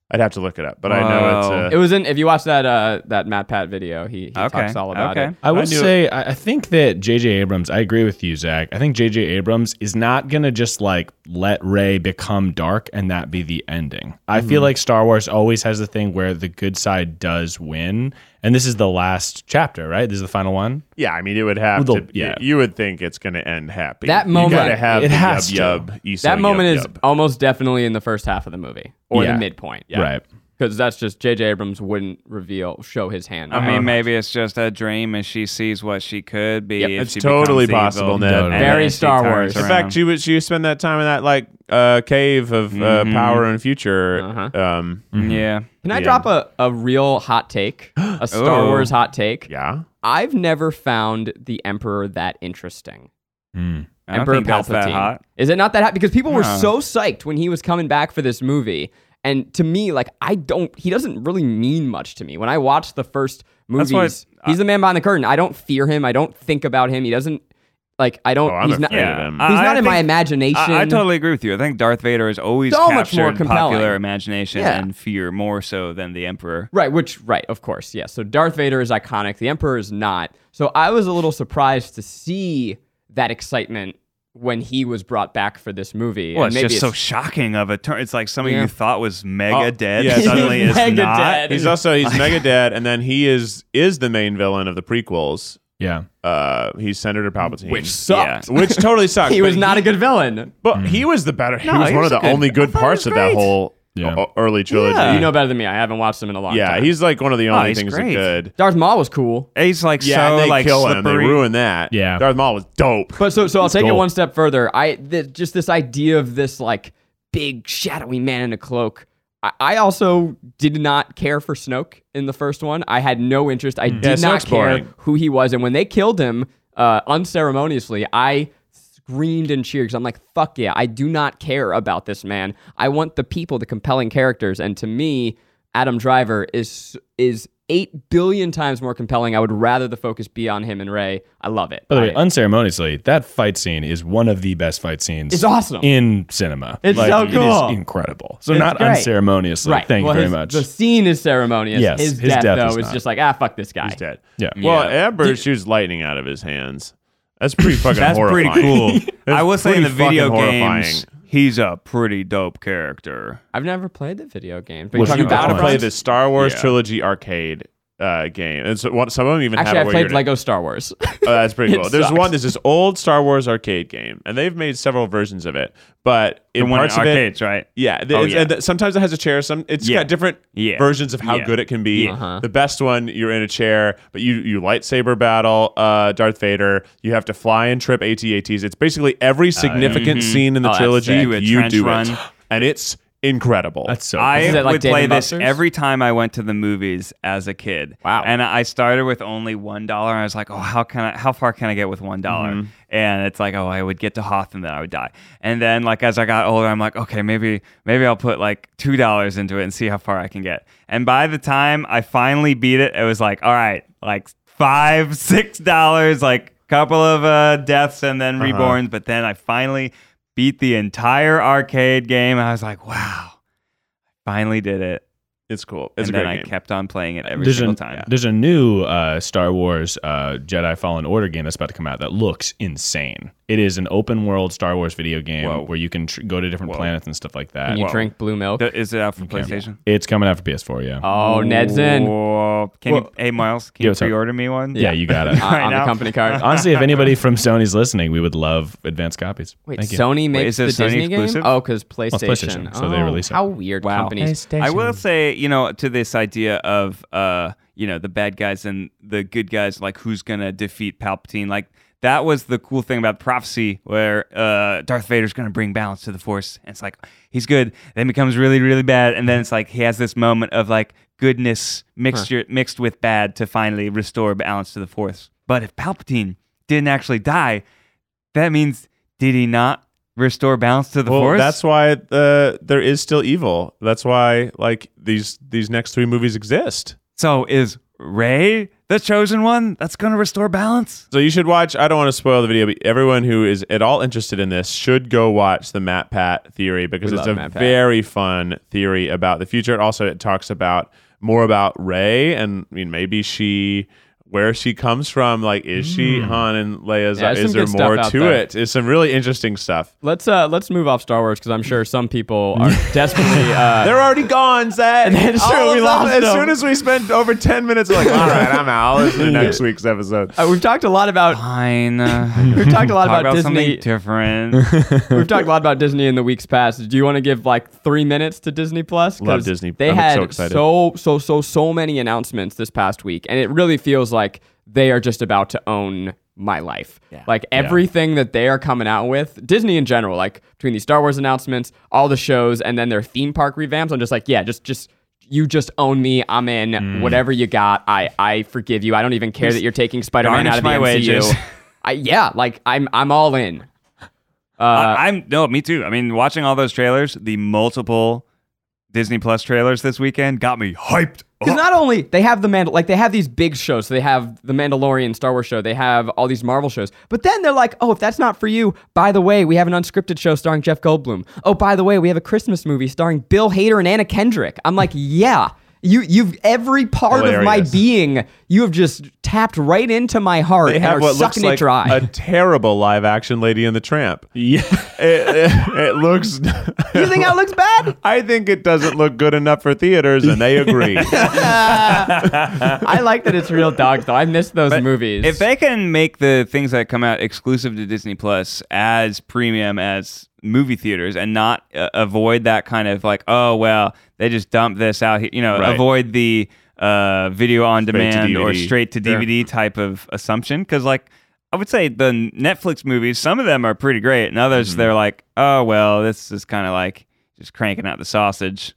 I'd have to look it up, but I know it's.
Wow.
Uh,
it was in if you watch that uh that matt pat video he, he
Okay.
talks all about
okay.
it
I will
I knew-
say, I I think that J.J. Abrams. I agree with you, Zach. I think J.J. Abrams is not gonna just like let Ray become dark and that be the ending. I feel like Star Wars always has the thing where the good side does win, and this is the last chapter, right? This is the final one.
yeah, I mean, it would have
Well,
to.
the- yeah.
you would think it's going to end happy.
That
you
moment-
gotta have
It
the
has
yub
to.
yub. Eso
that moment
yub
is
yub.
almost definitely in the first half of the movie or
Yeah.
the midpoint yeah
Right.
because that's just jj abrams wouldn't reveal show his hand
I mean, maybe it's just a dream and she sees what she could be.
Yep.
if
It's
she
totally
becomes
possible,
evil,
Ned.
and
Totally.
then
Very
she
Star
turns
Wars.
In
around.
fact, she would she would spend that time in that like uh, cave of uh, power and future.
Uh-huh.
Um,
Mm-hmm.
Mm, yeah.
can i
Yeah.
drop a, a real hot take a star
Ooh.
wars hot take
yeah,
I've never found the Emperor that interesting.
Hmm.
I don't
Emperor
think
Palpatine.
that's that hot.
Is it not that hot? Because people were
No.
so psyched when he was coming back for this movie. And to me, like I don't he doesn't really mean much to me. When I watch the first movies,
why
he's the man behind the curtain. I don't fear him. I don't think about him. He doesn't like I don't
Oh, I'm
he's not
afraid of
he's
him.
I- I
not in my
think-
imagination.
I, I totally agree with you. I think Darth Vader is always
So much
captured
more compelling.
popular imagination
Yeah.
and fear more so than the Emperor.
Right, which right, of course, yes. So Darth Vader is iconic, the Emperor is not. So I was a little surprised to see that excitement when he was brought back for this movie.
Well,
And
it's
maybe
just so shocking of a turn. It's like something
Yeah.
you thought was mega
Oh,
dead
yeah,
suddenly is
Mega
not.
dead.
he's also he's mega dead, and then he is is the main villain of the prequels.
Yeah.
Uh, he's Senator Palpatine,
which sucked.
Yeah, which totally sucks.
He was not a good villain.
but he was the better. He
No,
was
he
one
was a
of the
good-
only
I
good
thought he
parts
was
of that
great.
whole
Yeah.
o- early trilogy.
Yeah.
you know better than me. I haven't watched him in a long
Yeah,
time.
he's like one of the
Oh,
only
he's
things
great.
that could.
Darth Maul was cool.
He's like
Yeah,
so
and they
like
kill him. They
slippery.
ruin that.
Yeah.
Darth Maul was dope.
But so so I'll take it
gold.
one step further. I th- just this idea of this like big shadowy man in a cloak. I, I also did not care for Snoke in the first one. I had no interest. I
Hmm.
did
Yeah,
not
Snoke's
care
boring.
who he was. And when they killed him uh, unceremoniously, I screamed and cheered because I'm like, fuck yeah, I do not care about this man. I want the people, the compelling characters. And to me, Adam Driver is is eight billion times more compelling. I would rather the focus be on him and Ray. I love it.
By the way,
I-
unceremoniously, that fight scene is one of the best fight scenes.
It's awesome.
in cinema.
It's so cool.
It is incredible. So
It's
not
great.
unceremoniously.
Right.
Thank
Well,
you very
his-
much.
The scene is ceremonious.
Yes,
His,
his
death,
death
though,
is
is,
not.
just like, ah, fuck this guy.
He's dead.
yeah.
Well, Amber shoots lightning out of his hands. That's pretty fucking.
That's
horrifying.
pretty cool. I will say in the
pretty
video
fucking
games, he's a pretty dope character.
I've never played the video game. But
Well,
you're
you
talking
gotta
got to
about
play the Star Wars
Yeah.
trilogy arcade uh, game. And so one, some of them even
Actually, I
have it where
played
you're-
Lego Star Wars.
Oh, that's pretty
It
cool. There's
sucks.
one. There's this old Star Wars arcade game, and they've made several versions of it. But in
the one in
parts of it,
arcades, right?
yeah, th-
Oh,
it's-
yeah.
And th- sometimes it has a chair. Some it's
Yeah.
got different
Yeah.
versions of how
Yeah.
good it can be.
Yeah.
Uh-huh.
The best one, you're in a chair, but you you lightsaber battle uh, Darth Vader. You have to fly and trip
Uh,
AT-ATs. It's basically every significant scene in the
that's
trilogy
mm-hmm. Oh, sick. Do a
you
trench
do
run.
it, and it's incredible.
That's so.
I
Is
cool.
it like
would
Dave
play
and
this
Buster's?
every time I went to the movies as a kid.
Wow.
And I started with only one dollar. I was like, oh, how can I? How far can I get with one And it's like, oh, I would get to Hoth and then I would die. And then like as I got older, I'm like, okay, maybe maybe I'll put like two dollars into it and see how far I can get. And by the time I finally beat it, it was like, all right, like five six dollars, like couple of uh, deaths and then reborns. But then I finally beat the entire arcade game. I was like, wow finally did it.
it's cool. It's
and
a
then
great
I
game.
kept on playing it every
There's
single
a,
time.
there's a new uh, Star Wars uh, Jedi Fallen Order game that's about to come out that looks insane. It is an open world Star Wars video game
Whoa.
where you can tr- go to different planets and stuff like that.
And you
Whoa.
drink blue milk.
Th- Is it out for PlayStation?
It's coming out for PS4, yeah.
oh, Ned's in.
Whoa. Can you, hey, Miles, can
Yeah,
you
what's up?
pre order me one?
yeah, you got
on,
it.
Uh, on
now.
the company card.
Honestly, if anybody from Sony's listening, we would love advanced copies.
Wait,
Thank you.
Sony makes
is it
the
Sony
Disney
exclusive?
game? Oh, because PlayStation.
PlayStation, so they
Oh,
release it.
How weird
Wow.
companies.
I will say, you know, to this idea of, uh, you know, the bad guys and the good guys, like who's going to defeat Palpatine, like that was the cool thing about Prophecy, where uh, Darth Vader's going to bring balance to the Force. And it's like, he's good, then becomes really, really bad. And then it's like, he has this moment of like goodness mixture, mixed with bad to finally restore balance to the Force. But if Palpatine didn't actually die, that means, did he not restore balance to the
well,
Force?
that's why uh, there is still evil. That's why like these these next three movies exist.
So is Ray the chosen one that's going to restore balance?
So you should watch. I don't want to spoil the video, but everyone who is at all interested in this should go watch the Matt Pat theory because
We
it's
love
a
Matt Pat.
very fun theory about the future. It also it talks about more about Ray and I mean maybe she where she comes from. Like is she Han and Leia's?
Hmm. Yeah, there's
is
some
there
good
more
stuff out
to
there.
it? It's some really interesting stuff.
Let's uh let's move off Star Wars because I'm sure some people are desperately uh
They're already gone, Zach.
That's true,
All
we
of
lost
them. As
them.
soon as we spent over ten minutes, we're like, all right, I'm out. I'll listen to next week's episode.
uh, we've talked a lot about
Fine.
we've talked a lot
Talk
about,
about
Disney.
something different.
We've talked a lot about Disney in the weeks past. Do you want to give like three minutes to Disney Plus? 'Cause
Love Disney.
They
I'm so
had
excited.
so so so so many announcements this past week, and it really feels like they are just about to own my life. Like everything that they are coming out with, Disney in general, like between these Star Wars announcements, all the shows, and then their theme park revamps. I'm just like, yeah, just just. You just own me. I'm in.
Mm.
Whatever you got, I I forgive you. I don't even care that you're taking Spider-Man
garnish
out of the
my
MCU.
wages.
I, yeah, like I'm I'm all in.
I, am no, me too. I mean, watching all those trailers, the multiple Disney Plus trailers this weekend got me hyped. Oh,
Because
Uh-huh.
not only they have the Mandal- like they have these big shows, so they have the Mandalorian Star Wars show, they have all these Marvel shows. But then they're like, oh, if that's not for you, by the way, we have an unscripted show starring Jeff Goldblum. Oh, by the way, we have a Christmas movie starring Bill Hader and Anna Kendrick. I'm like, yeah, you you've every part of my
Hilarious.
being, you have just tapped right into my heart
They
and
have
are
what looks
sucking
like
it dry.
a terrible live action Lady and the Tramp.
Yeah.
It, it, it looks.
you think that looks bad?
I think it doesn't look good enough for theaters, and they agree.
I like that it's real dogs though. I miss those movies.
If they can make the things that come out exclusive to Disney Plus as premium as movie theaters and not uh, avoid that kind of like, oh, well, they just dump this out here, you know,
Right.
avoid the uh, video on
Straight to
demand or
DVD.
straight to DVD type of assumption. Cause like, I would say the Netflix movies, some of them are pretty great, and
Mm-hmm.
others they're like, oh, well, this is kind of like just cranking out the sausage.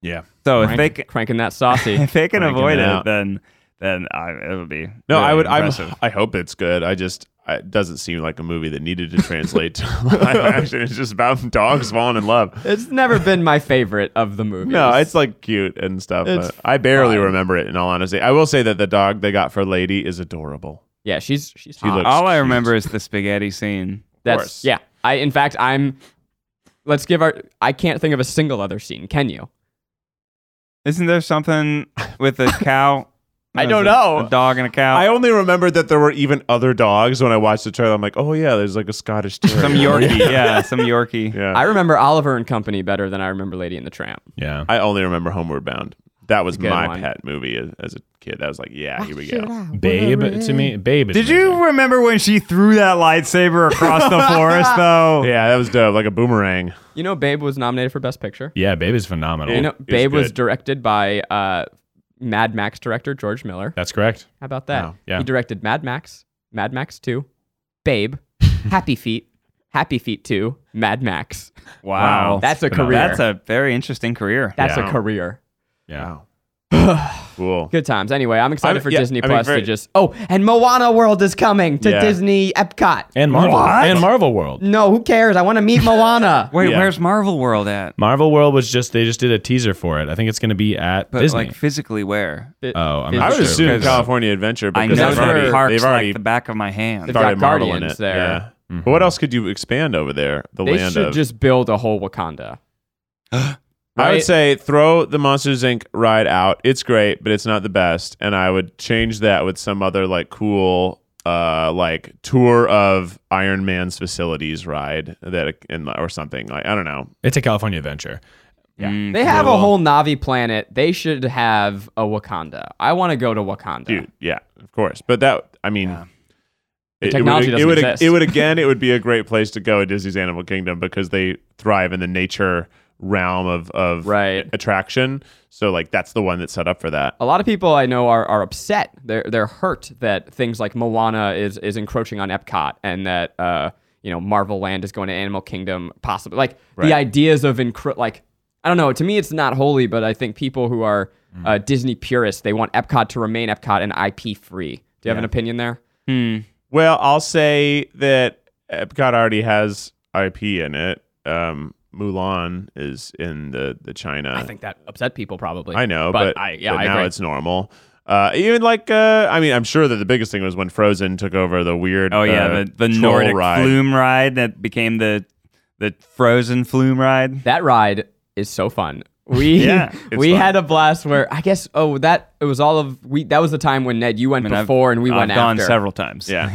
yeah.
So if they,
Crank-
can,
cranking that saucy.
if they can
Cranking
avoid
it
it,
out.
then then I, it would be
No, I
really
would. I'm,
impressive.
I hope it's good. I just. I- It doesn't seem like a movie that needed to translate to live action. It's just about dogs falling in love.
it's never been my favorite of the movies.
No, it's like cute and stuff.
It's
but I barely remember it in all honesty. I will say that the dog they got for Lady is adorable.
Yeah, she's she's
She
hot.
looks-
All I remember is the spaghetti scene.
That's
course.
yeah. I in fact I'm. Let's give our. I can't think of a single other scene. Can you?
Isn't there something with a cow?
I don't
There's a-
know.
A dog and a cow.
I only remembered that there were even other dogs when I watched the trailer. I'm like, oh yeah, there's like a Scottish terrier.
some Yorkie. yeah, some Yorkie.
Yeah.
I remember Oliver and Company better than I remember Lady and the Tramp.
Yeah.
I only remember Homeward Bound. That was
Good
my
one.
pet movie as, as a kid. I was like, yeah, here we go.
ah. Babe to me. Babe. is
Did you
amazing.
remember when she threw that lightsaber across the forest, though?
Yeah, that was dope, like a boomerang.
You know, Babe was nominated for Best Picture.
Yeah, Babe is phenomenal.
you know,
it's
Babe was
good.
directed by uh, Mad Max director George Miller.
That's correct.
How about that?
Wow.
Yeah.
He directed Mad Max, Mad Max Two, Babe, Happy Feet, Happy Feet 2, Mad Max.
Wow.
That's a career.
That's a very interesting career.
That's
Yeah.
a career.
Yeah.
Cool.
Good times. Anyway, I'm excited
I'm-
for
yeah,
Disney
I mean,
Plus
very-
to just. Oh, and Moana World is coming to
Yeah.
Disney Epcot.
And Marvel.
What?
And Marvel World.
No, who cares? I want to meet Moana.
Wait,
Yeah.
where's Marvel World at?
Marvel World was just they just did a teaser for it. I think it's going to be at
But
Disney.
like physically where?
It-
oh, I'm
it's-
I
not
would
sure.
assume
because-
California Adventure
I
because
know
they've
they've
the
already,
already-
park's
they've already
like the back of my hand.
They've got
started modeling
Guardians
it.
there.
Yeah. But what else could you expand over there? The
They
land
should
of.
just build a whole Wakanda.
I would
right?
say throw the Monsters Inc. ride out. It's great, but it's not the best. And I would change that with some other like cool, uh, like tour of Iron Man's facilities ride that and or something. Like I don't know.
It's a California adventure.
Yeah.
They have a whole Navi planet. They should have a Wakanda. I want to go to Wakanda.
dude yeah of course but that i mean it-
technology
it, would,
doesn't
it, would,
exist.
it would again it would be a great place to go at disney's animal kingdom because they thrive in the nature realm of of
Right.
attraction so like that's the one that's set up for that
A lot of people I know are, are upset. They're they're hurt that things like Moana is is encroaching on Epcot and that uh you know Marvel Land is going to Animal Kingdom possibly like the ideas of encro- like I don't know to me it's not holy but I think people who are
Mm.
uh, Disney purists they want Epcot to remain Epcot and IP free. Do you have an opinion there?
Hmm.
well i'll say that epcot already has ip in it um mulan is in the the china
I think that upset people probably.
I know, but,
I yeah
but
I
now
agree.
it's normal. Uh, even like, uh, I mean, I'm sure that the biggest thing was when Frozen took over the weird.
Oh yeah, the,
uh,
the
troll
Nordic
ride.
flume ride that became the the frozen flume ride.
that ride is so fun. We
Yeah, it's
we
fun.
had a blast where I guess oh that it was all of we that was the time when Ned you went
mean, I've-
before and we
I've
went
gone
after.
several times.
Yeah.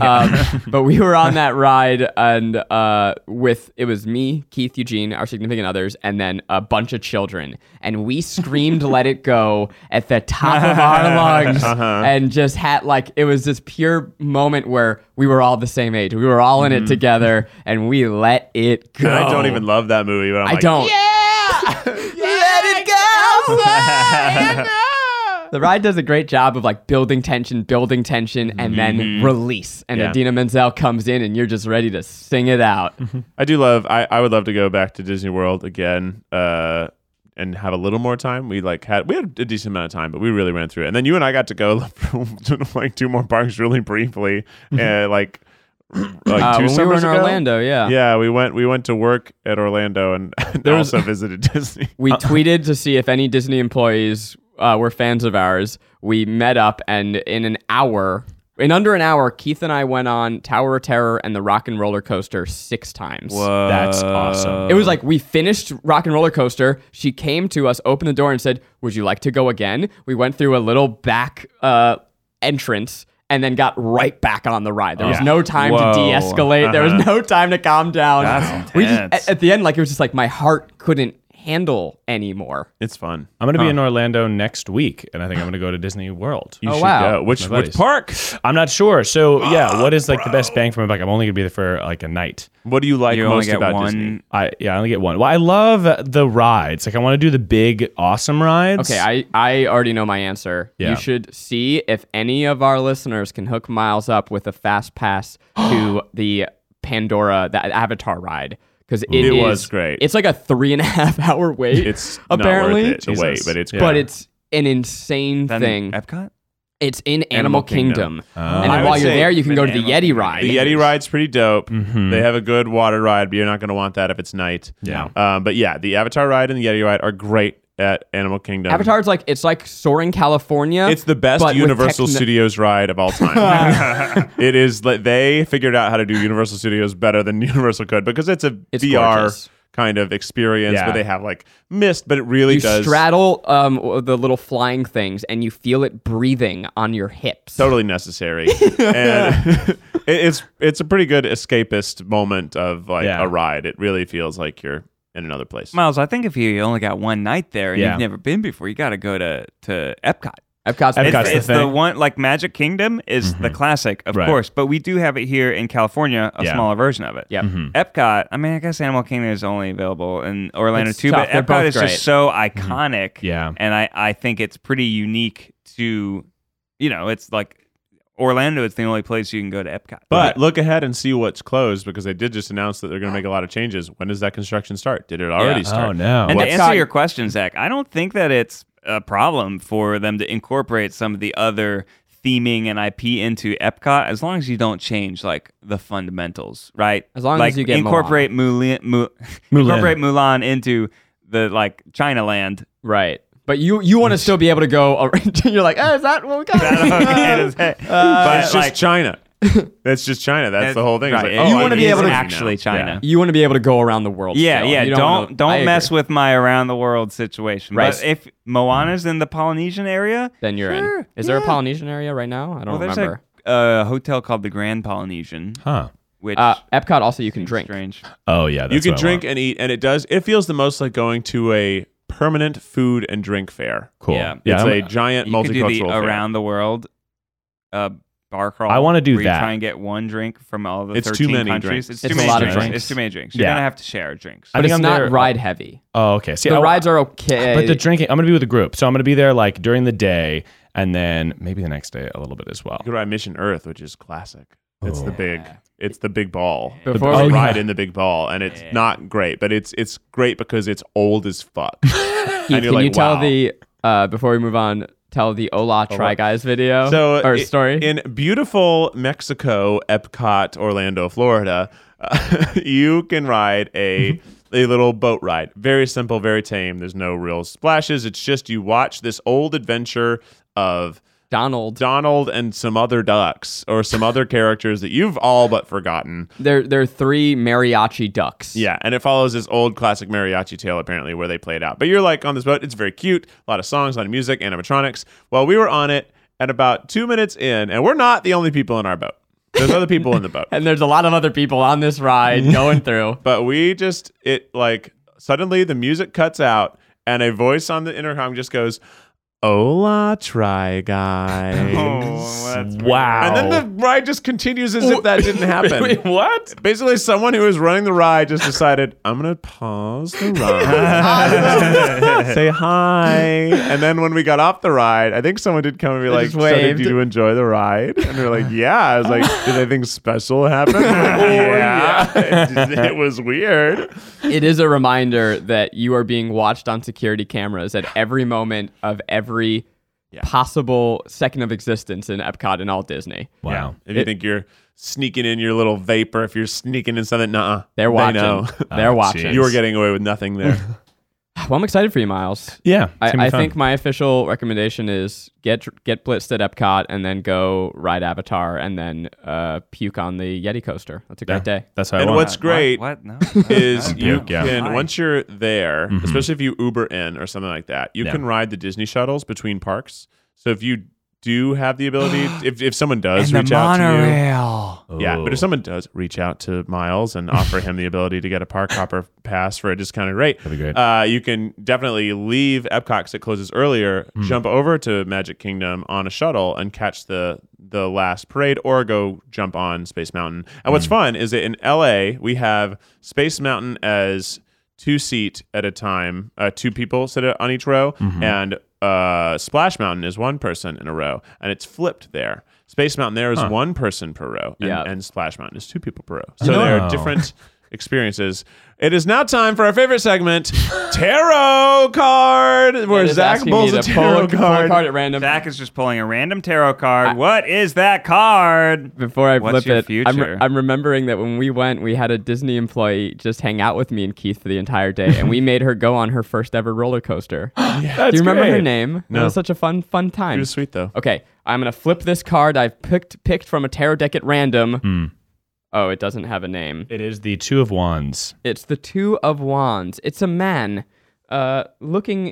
um, but we were on that ride and uh, with it was me keith eugene our significant others and then a bunch of children and we screamed let it go at the top of
Uh-huh.
our lungs and just had like it was this pure moment where we were all the same age we were all in
Mm-hmm.
it together and we let it go
And I don't even love that movie, but I'm
i
like,
don't let it go the ride does a great job of like building tension, building tension, and then release. And
Mm-hmm. Yeah.
Adina Menzel comes in, and you're just ready to sing it out.
I do love. I, I would love to go back to Disney World again uh, and have a little more time. We like had we had a decent amount of time, but we really ran through it. And then you and I got to go to like two more parks really briefly,
Mm-hmm.
and like like
Uh, when we
two
were
summers
in
ago.
Orlando, yeah.
Yeah, we went we went to work at Orlando and, and also visited Disney.
We tweeted to see if any Disney employees uh, were fans of ours. We met up, and in an hour, in under an hour, Keith and I went on Tower of Terror and the Rock and Roller Coaster six times.
That's
Uh,
awesome.
It was like we finished Rock and Roller Coaster. She came to us, opened the door, and said, "Would you like to go again?" We went through a little back uh, entrance and then got right back on the ride. There was no time
Whoa.
to de-escalate. There was no time to calm down.
That's
we just,
intense.
at, at the end, like it was just like my heart couldn't handle anymore.
It's fun.
I'm going to be in Orlando next week, and I think I'm going to go to Disney World.
You
Oh,
should
wow.
go. Which
My
which
buddies.
park?
I'm not sure. So yeah, what is like the best bang for my buck? I'm only going to be there for like a night.
What do you like
You only
most
get
about
one.
Disney?
I yeah, I only get one. Well, I love the rides. Like I want to do the big awesome rides.
Okay, I, I already know my answer.
Yeah.
You should see if any of our listeners can hook Miles up with a fast pass to the Pandora, the Avatar ride. Because
It
is-
was great.
It's like a three and a half hour wait.
It's
apparently,
not worth it to
Jesus.
wait, but it's
Yeah.
but it's an insane
Then
thing.
Epcot.
It's in Animal, Kingdom,
Uh,
and
Um,
I
then
would
while you're
say
there, you can
in
go to the
Animal
Yeti
Kingdom.
ride.
The Yeti ride's pretty dope.
Mm-hmm.
They have a good water ride, but you're not going to want that if it's night.
Yeah.
Um, but yeah, the Avatar ride and the Yeti ride are great at Animal Kingdom.
Avatar's like it's like soaring California.
It's the best
but with
Universal
techno-
Studios ride of all time. it is. like, They figured out how to do Universal Studios better than Universal could because it's a
It's
VR
gorgeous.
kind of experience,
Yeah.
but they have like mist, but it really
You
does
straddle um, the little flying things, and you feel it breathing on your hips.
totally necessary. and it- it's it's a pretty good escapist moment of like
Yeah.
a ride. It really feels like you're in another place.
Miles, I think if you only got one night there and
Yeah.
you've never been before, you got to go to to Epcot.
Epcot's
Epcot's
It's,
the
it's the,
thing.
one like Magic Kingdom is the classic, of
Right.
course, but we do have it here in California, a
Yeah.
smaller version of it.
Yep.
Mm-hmm.
Epcot. I mean, I guess Animal Kingdom is only available in Orlando
It's
too,
tough.
but
They're both
Epcot is
great.
just so iconic.
Yeah.
and I I think it's pretty unique to, you know, it's like Orlando, it's the only place you can go to Epcot.
But look ahead and see what's closed because they did just announce that they're going to make a lot of changes. When does that construction start? Did it already
Yeah.
start?
Oh, no.
And to
Well, it's
answer
not-
your question, Zach, I don't think that it's a problem for them to incorporate some of the other theming and IP into Epcot as long as you don't change like the fundamentals, right?
As long as
Like,
you get
incorporate Mulan, Mu-
Mulan.
incorporate Mulan into the like China land.
Right. But you you want to still be able to go. around- You're like, oh, is that what we got?
Okay, to say.
But
Uh,
but
it's just
Uh, like,
China. That's just China. That's the whole thing. It's
right,
like, oh,
you
I
want to be
mean,
able to
it's
actually
now.
China.
You want to be able to go around the world.
Yeah,
still.
yeah.
You
Don't
wanna-
don't,
I
mess
agree.
with my around the world situation.
Right.
But if Moana's in the Polynesian area,
Then you're in.
Sure,
Is there a
yeah.
Polynesian area right now? I don't
well, there's
remember.
a uh, hotel called the Grand Polynesian,
Huh.
which
Uh,
Ah,
Epcot also you can drink.
strange.
Oh, yeah. That's
you can
what I
drink
want.
and eat, and it does. It feels the most like going to a permanent food and drink fair.
Cool.
Yeah.
it's
I'm-
a giant
You could do the
multicultural fair.
around the world uh, bar crawl.
I wanna do
where you
that.
Try and get one drink from all the
It's too
13
many
countries.
drinks.
It's,
It's
too
a
many
lot of
drinks.
drinks.
It's too many drinks. You're
Yeah.
gonna have to share drinks.
I
But
think
it's
I'm
not
there-
ride heavy.
Oh, okay. See,
The
I-
rides are okay.
But the drinking, I'm going to be with a group. So I'm going to be there like during the day and then maybe the next day a little bit as well.
You could ride Mission Earth, which is classic. It's
Oh.
the big. It's the big ball.
Before
It's a
Oh, yeah.
ride in the big ball, and it's not great, but it's it's great because it's old as fuck.
Keith,
and
can
you're like,
you tell
wow.
the uh, before we move on, tell the Ola Try Guys video
so
Oh, or
i-
story?
in beautiful Mexico, Epcot, Orlando, Florida. uh, you can ride a
Mm-hmm.
a little boat ride. Very simple, very tame. There's no real splashes. It's just you watch this old adventure of
Donald,
Donald and some other ducks or some other characters that you've all but forgotten.
there there are three mariachi ducks.
Yeah, and it follows this old classic mariachi tale, apparently, where they play it out. But you're like on this boat, it's very cute, a lot of songs, a lot of music, animatronics. Well, we were on it at about two minutes in, and we're not the only people in our boat. There's other people in the boat.
and there's a lot of other people on this ride going through.
But we just, it like, suddenly the music cuts out, and a voice on the intercom just goes, Hola, try guys.
wow.
And then the ride just continues as if that didn't happen.
Wait, what?
Basically, someone who was running the ride just decided, I'm going to pause the ride, say hi. And then when we got off the ride, I think someone did come and be like,
just
So, did
waved.
you enjoy the ride? And we are like, Yeah. I was like, Did anything special happen? They're like, "Oh, yeah. It, it was weird.
It is a reminder that you are being watched on security cameras at every moment of every possible second of existence in Epcot and all Disney.
Wow.
If you think you're sneaking in your little vapor, if you're sneaking in something, nah.
They're watching.
They know.
They're
Oh,
watching.
jeez.
you were getting away with nothing there.
Well, I'm excited for you, Miles.
Yeah. it's gonna be
I, I
fun.
think my official recommendation is get get blitzed at Epcot and then go ride Avatar and then uh, puke on the Yeti coaster. That's a great day.
that's how I
and
want.
what's great
What? No.
is you
puke, yeah. Mm-hmm.
can once you're there, especially if you Uber in or something like that, you can ride the Disney shuttles between parks. So if you do have the ability, if if someone does reach out to you, yeah, but if someone does reach out to Miles and offer him the ability to get a park hopper pass for a discounted rate,
That'd be great.
Uh, you can definitely leave Epcot 'cause it closes earlier, jump over to Magic Kingdom on a shuttle and catch the the last parade, or go jump on Space Mountain. And what's fun is that in LA we have Space Mountain as two seat at a time, uh, two people sit on each row, and uh, Splash Mountain is one person in a row, and it's flipped there. Space Mountain there is one person per row, and,
Yeah.
and Splash Mountain is two people per row. So there
Oh.
are different experiences. It is now time for our favorite segment, Tarot Card, where
It is
Zach
asking
pulls
me
a
to pull
tarot
pull
card.
card at random.
Zach is just pulling a random tarot card. what is that card?
Before I
What's
flip
your
it, I'm,
future?
I'm remembering that when we went, we had a Disney employee just hang out with me and Keith for the entire day, and we made her go on her first ever roller coaster. Do you remember her name? No. It was such a fun, fun time.
It was sweet though.
Okay, I'm gonna flip this card I've picked picked from a tarot deck at random.
Hmm.
Oh, it doesn't have a name.
It is the Two of Wands.
It's the Two of Wands. It's a man, uh, looking.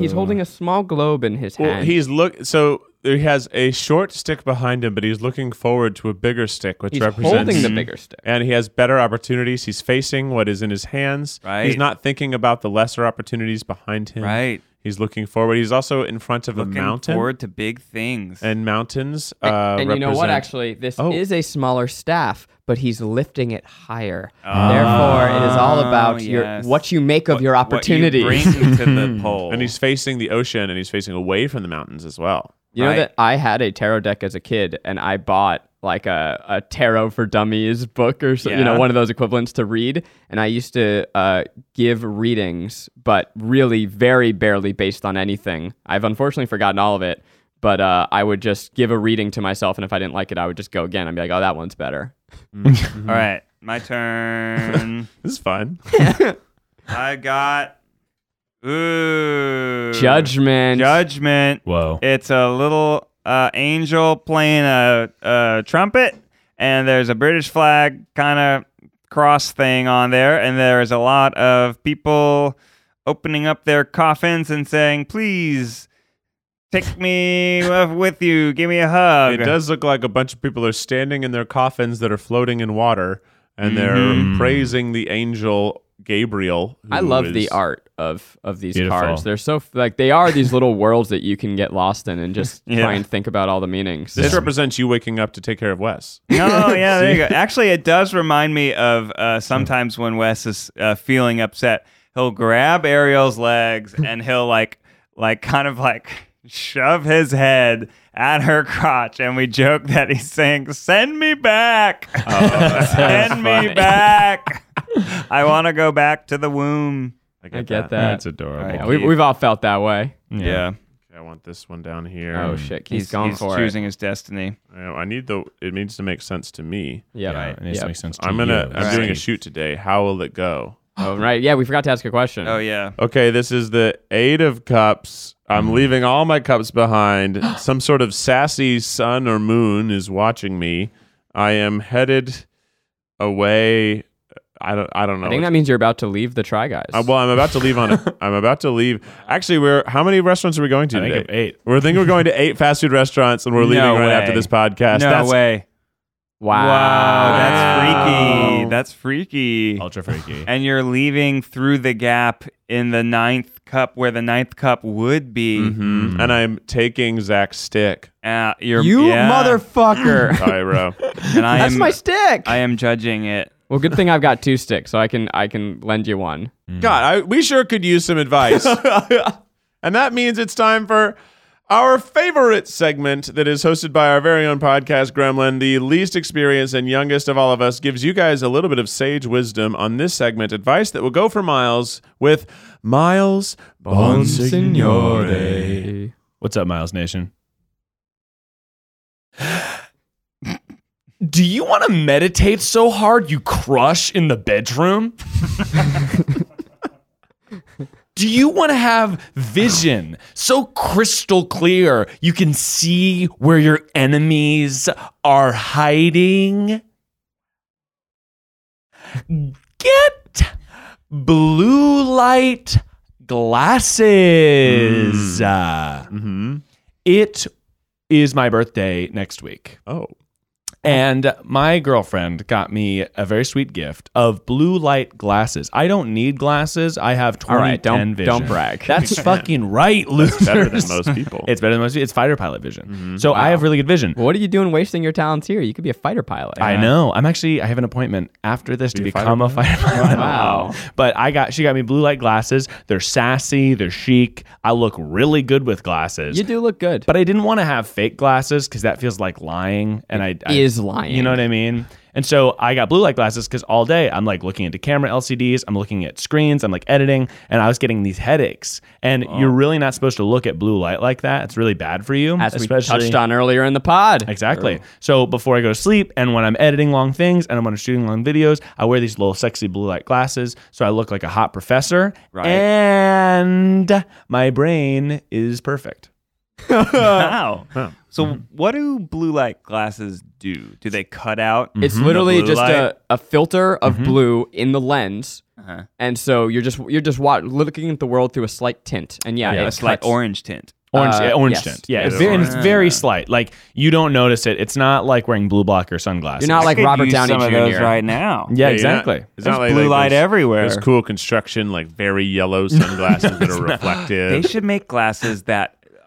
He's holding a small globe in his
Uh. Well,
hand.
he's look so he has a short stick behind him, but he's looking forward to a bigger stick, which
He's
represents
holding the bigger stick.
and he has better opportunities. He's facing what is in his hands.
Right.
He's not thinking about the lesser opportunities behind him.
Right.
He's looking forward. He's also in front of
Looking
a mountain.
forward to big things.
And mountains. Uh,
and you know what?
represent-
Actually, this
Oh.
is a smaller staff, but he's lifting it higher.
Ah.
Therefore, it is all about your
yes.
what you make of your
What you
opportunities.
Hmm.
bring to the pole.
And he's facing the ocean and he's facing away from the mountains as well.
You
Right.
know that I had a tarot deck as a kid, and I bought like a, a tarot for dummies book or so, you know
Yeah.
one of those equivalents to read. And I used to uh, give readings, but really very barely based on anything. I've unfortunately forgotten all of it, but uh, I would just give a reading to myself, and if I didn't like it, I would just go again. I'd be like, oh, that one's better.
hmm.
All right, my turn.
This is fun.
I got ooh
Judgment.
judgment.
Whoa.
It's a little uh, angel playing a, a trumpet, and there's a British flag kind of cross thing on there, and there's a lot of people opening up their coffins and saying, "Please." Take me with you. Give me a hug.
It does look like a bunch of people are standing in their coffins that are floating in water, and they're
Hmm.
praising the angel Gabriel.
I
who
love the
is-
art of of these
Beautiful.
cards. They're so f- like they are these little worlds that you can get lost in and just
Yeah.
try and think about all the meanings.
This represents you waking up to take care of Wes.
No, yeah, there you go. Actually, it does remind me of uh, sometimes when Wes is uh, feeling upset, he'll grab Ariel's legs and he'll like, like, kind of like shove his head at her crotch, and we joke that he's saying, "Send me back, send me back. I want to go back to the womb."
I get that.
That's adorable.
All right.
we, we've all felt that way.
Yeah,
Okay, I want this one down here.
Oh shit, he's, going
he's
for
choosing his destiny.
I, I need the. It needs to make sense to me.
it. Yep.
Yeah,
Right.
It needs to make sense to
I'm gonna.
you.
I'm doing a shoot today. How will it go?
Oh, right. Yeah, we forgot to ask a question.
Oh yeah,
Okay, this is the Eight of Cups. I'm leaving all my cups behind. Some sort of sassy sun or moon is watching me. I am headed away. I don't. I don't know.
I think that means you're about to leave the Try Guys.
Uh, well, I'm about to leave on. A, I'm about to leave. Actually, we're how many restaurants are we going to
I think
today?
of eight.
We're thinking we're going to eight fast food restaurants, and we're leaving
No
right
way.
after this podcast.
no
That's
way.
wow.
Wow, that's
Wow.
freaky. That's freaky.
Ultra freaky.
and you're leaving through the gap in the ninth cup where the ninth cup would be.
Mm.
Mhm. And I'm taking Zach's stick,
Uh, you're,
You
yeah.
motherfucker.
Cairo.
And I
that's
am,
my stick.
I am judging it.
well, good thing I've got two sticks, so I can I can lend you one.
God, I, we sure could use some advice. and that means it's time for our favorite segment that is hosted by our very own podcast, Gremlin. The least experienced and youngest of all of us gives you guys a little bit of sage wisdom on this segment, advice that will go for miles with Miles Bonsignore.
What's up, Miles Nation? Do you want to meditate so hard you crush in the bedroom? Do you want to have vision so crystal clear you can see where your enemies are hiding? Get blue light glasses. Uh,
Mm-hmm.
it is my birthday next week.
Oh.
And my girlfriend got me a very sweet gift of blue light glasses. I don't need glasses. I have 20
All right, don't
10 vision.
don't brag.
That's fucking right, losers.
Better than most people.
It's better than most. It's fighter pilot vision. So I have really good vision.
what are you doing wasting your talents here? You could be a fighter pilot.
I know. I'm actually. I have an appointment after this to
you a
become a fighter pilot. Wow. But I got. She got me blue light glasses. They're sassy. They're chic. I look really good with glasses.
You do look good.
But I didn't want to have fake glasses because that feels like lying, and I, I
is lying.
You know what I mean? And so I got blue light glasses because all day I'm like looking into camera LCDs, I'm looking at screens, I'm like editing, and I was getting these headaches. And
Oh.
you're really not supposed to look at blue light like that. It's really bad for you,
As we
especially
touched on earlier in the pod.
Exactly. So before I go to sleep and when I'm editing long things and when I'm shooting long videos, I wear these little sexy blue light glasses so I look like a hot professor.
Right.
And my brain is perfect.
wow. So
Mm-hmm.
what do blue light glasses do? Do they cut out?
Mm-hmm.
It's
the
literally
Mm-hmm. blue
just
light?
a, a filter of blue in the lens,
Uh-huh.
and so you're just you're just wa- looking at the world through a slight tint, and yeah,
a
it
slight
cuts.
orange tint.
Orange,
Uh,
yeah, orange
yes.
tint. Yeah,
Yeah,
it's
it is
very, and it's
orange.
very slight. Like you don't notice it. It's not like wearing blue blocker sunglasses.
You're not like
Could
Robert
use
Downey
some
Jr.
of those right now.
yeah,
Yeah, you're not-
exactly.
It's
There's
not like
blue
like
light
those-
everywhere.
Those cool construction, like very yellow sunglasses that are
They
reflective.
should make glasses that uh,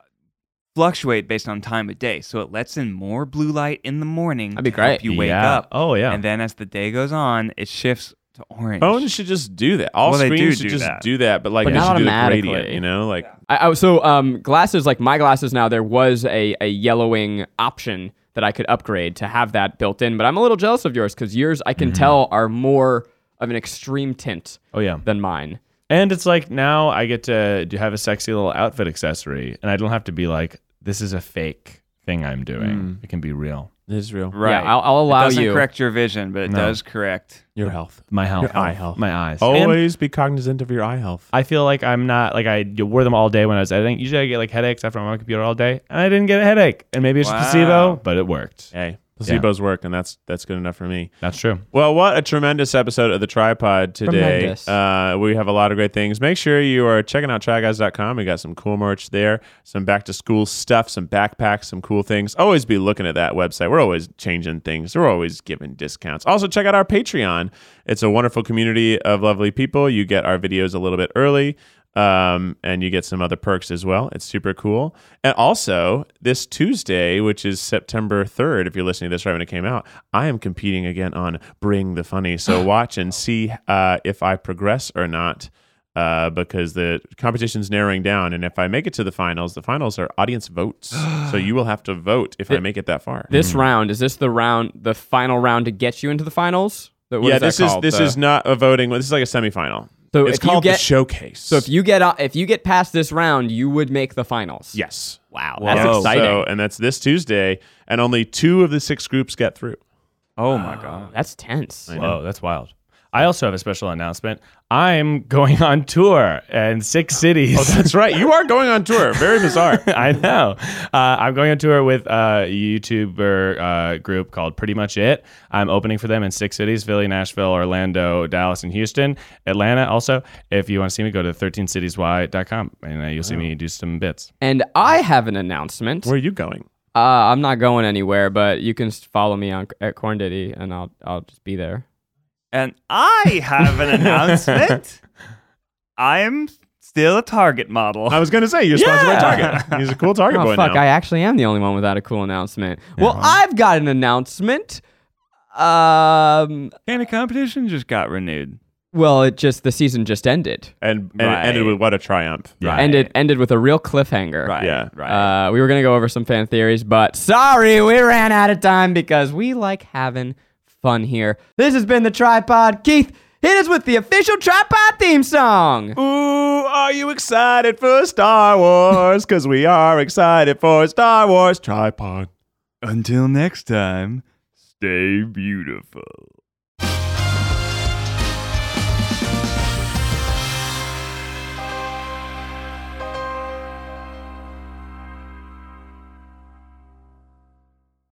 fluctuate based on time of day, so it lets in more blue light in the morning.
That'd be
to help
great.
you wake
Yeah.
up.
Oh yeah.
And then as the day goes on, it shifts to orange.
Phones should just do that. All
Well, they
screens
do
should
do
just
that.
do that, but like
But
they
not
should do the
automatically.
gradient, you know, like
I, I, so um, glasses, like my glasses now, there was a, a yellowing option that I could upgrade to have that built in. But I'm a little jealous of yours because yours, I can tell, are more of an extreme tint
Oh yeah.
than mine.
And it's like now I get to do- have a sexy little outfit accessory, and I don't have to be like, this is a fake thing I'm doing. It can be real.
this is real.
right.
Yeah, I'll, I'll
it
allow
doesn't
you.
correct your vision, but it does correct.
Your health.
My health,
eye health.
my eyes. And
Always be cognizant of your eye health.
I feel like I'm not like I wore them all day when I was editing. Usually I get like headaches after I'm on my computer all day, and I didn't get a headache. And maybe it's
Wow.
placebo, but it worked.
Hey, placebos work, and that's that's good enough for me.
That's true.
Well, what a tremendous episode of the tripod today.
Tremendous.
Uh, we have a lot of great things. Make sure you are checking out tryguys.com. We got some cool merch there, some back to school stuff, some backpacks, some cool things. Always be looking at that website. We're always changing things, we're always giving discounts. Also, check out our Patreon. It's a wonderful community of lovely people. You get our videos a little bit early. um, and you get some other perks as well. It's super cool. And also, this Tuesday, which is September 3rd, if you're listening to this right when it came out, I am competing again on Bring the Funny. So watch and see uh, if I progress or not. Uh, because the competition's narrowing down, and if I make it to the finals, the finals are audience votes. so you will have to vote if I make it that far.
this round is this the round, the final round to get you into the finals? What
yeah,
that
this is
called?
this
The-
is not a voting. This is like a semifinal.
So
it's
if you
called the
get-
showcase.
So if you get o- if you get past this round, you would make the finals.
yes,
Wow,
Whoa.
that's exciting.
So, and that's this Tuesday, and only two of the six groups get through.
Oh my god.
that's tense.
Whoa, that's wild. I also have a special announcement. I'm going on tour in six cities.
That's right. You are going on tour. Very bizarre.
I know. Uh, I'm going on tour with a YouTuber uh, group called Pretty Much It. I'm opening for them in six cities Philly, Nashville, Orlando, Dallas, and Houston. Atlanta, also. If you want to see me, go to 13citiesy.com and uh, you'll see me do some bits.
And I have an announcement.
Where are you going?
Uh, I'm not going anywhere, but you can s- follow me on at Corn Diddy, and I'll I'll just be there.
And I have an announcement. I'm still a target model.
I was going to say you're sponsored by Target. He's a cool Target boy
oh fuck!
now.
I actually am the only one without a cool announcement. Well, I've got an announcement. Um,
And the competition just got renewed.
well, it just the season just ended,
and and
Right.
it ended with what a triumph.
Yeah.
ended ended with a real cliffhanger.
Right.
Yeah.
Right.
Uh, we were gonna go over some fan theories, but sorry, we ran out of time because we like having fun here. This has been the tripod. Keith, hit us with the official tripod theme song.
Ooh, are you excited for Star Wars? Because we are excited for Star Wars Tripod.
Until next time, stay beautiful.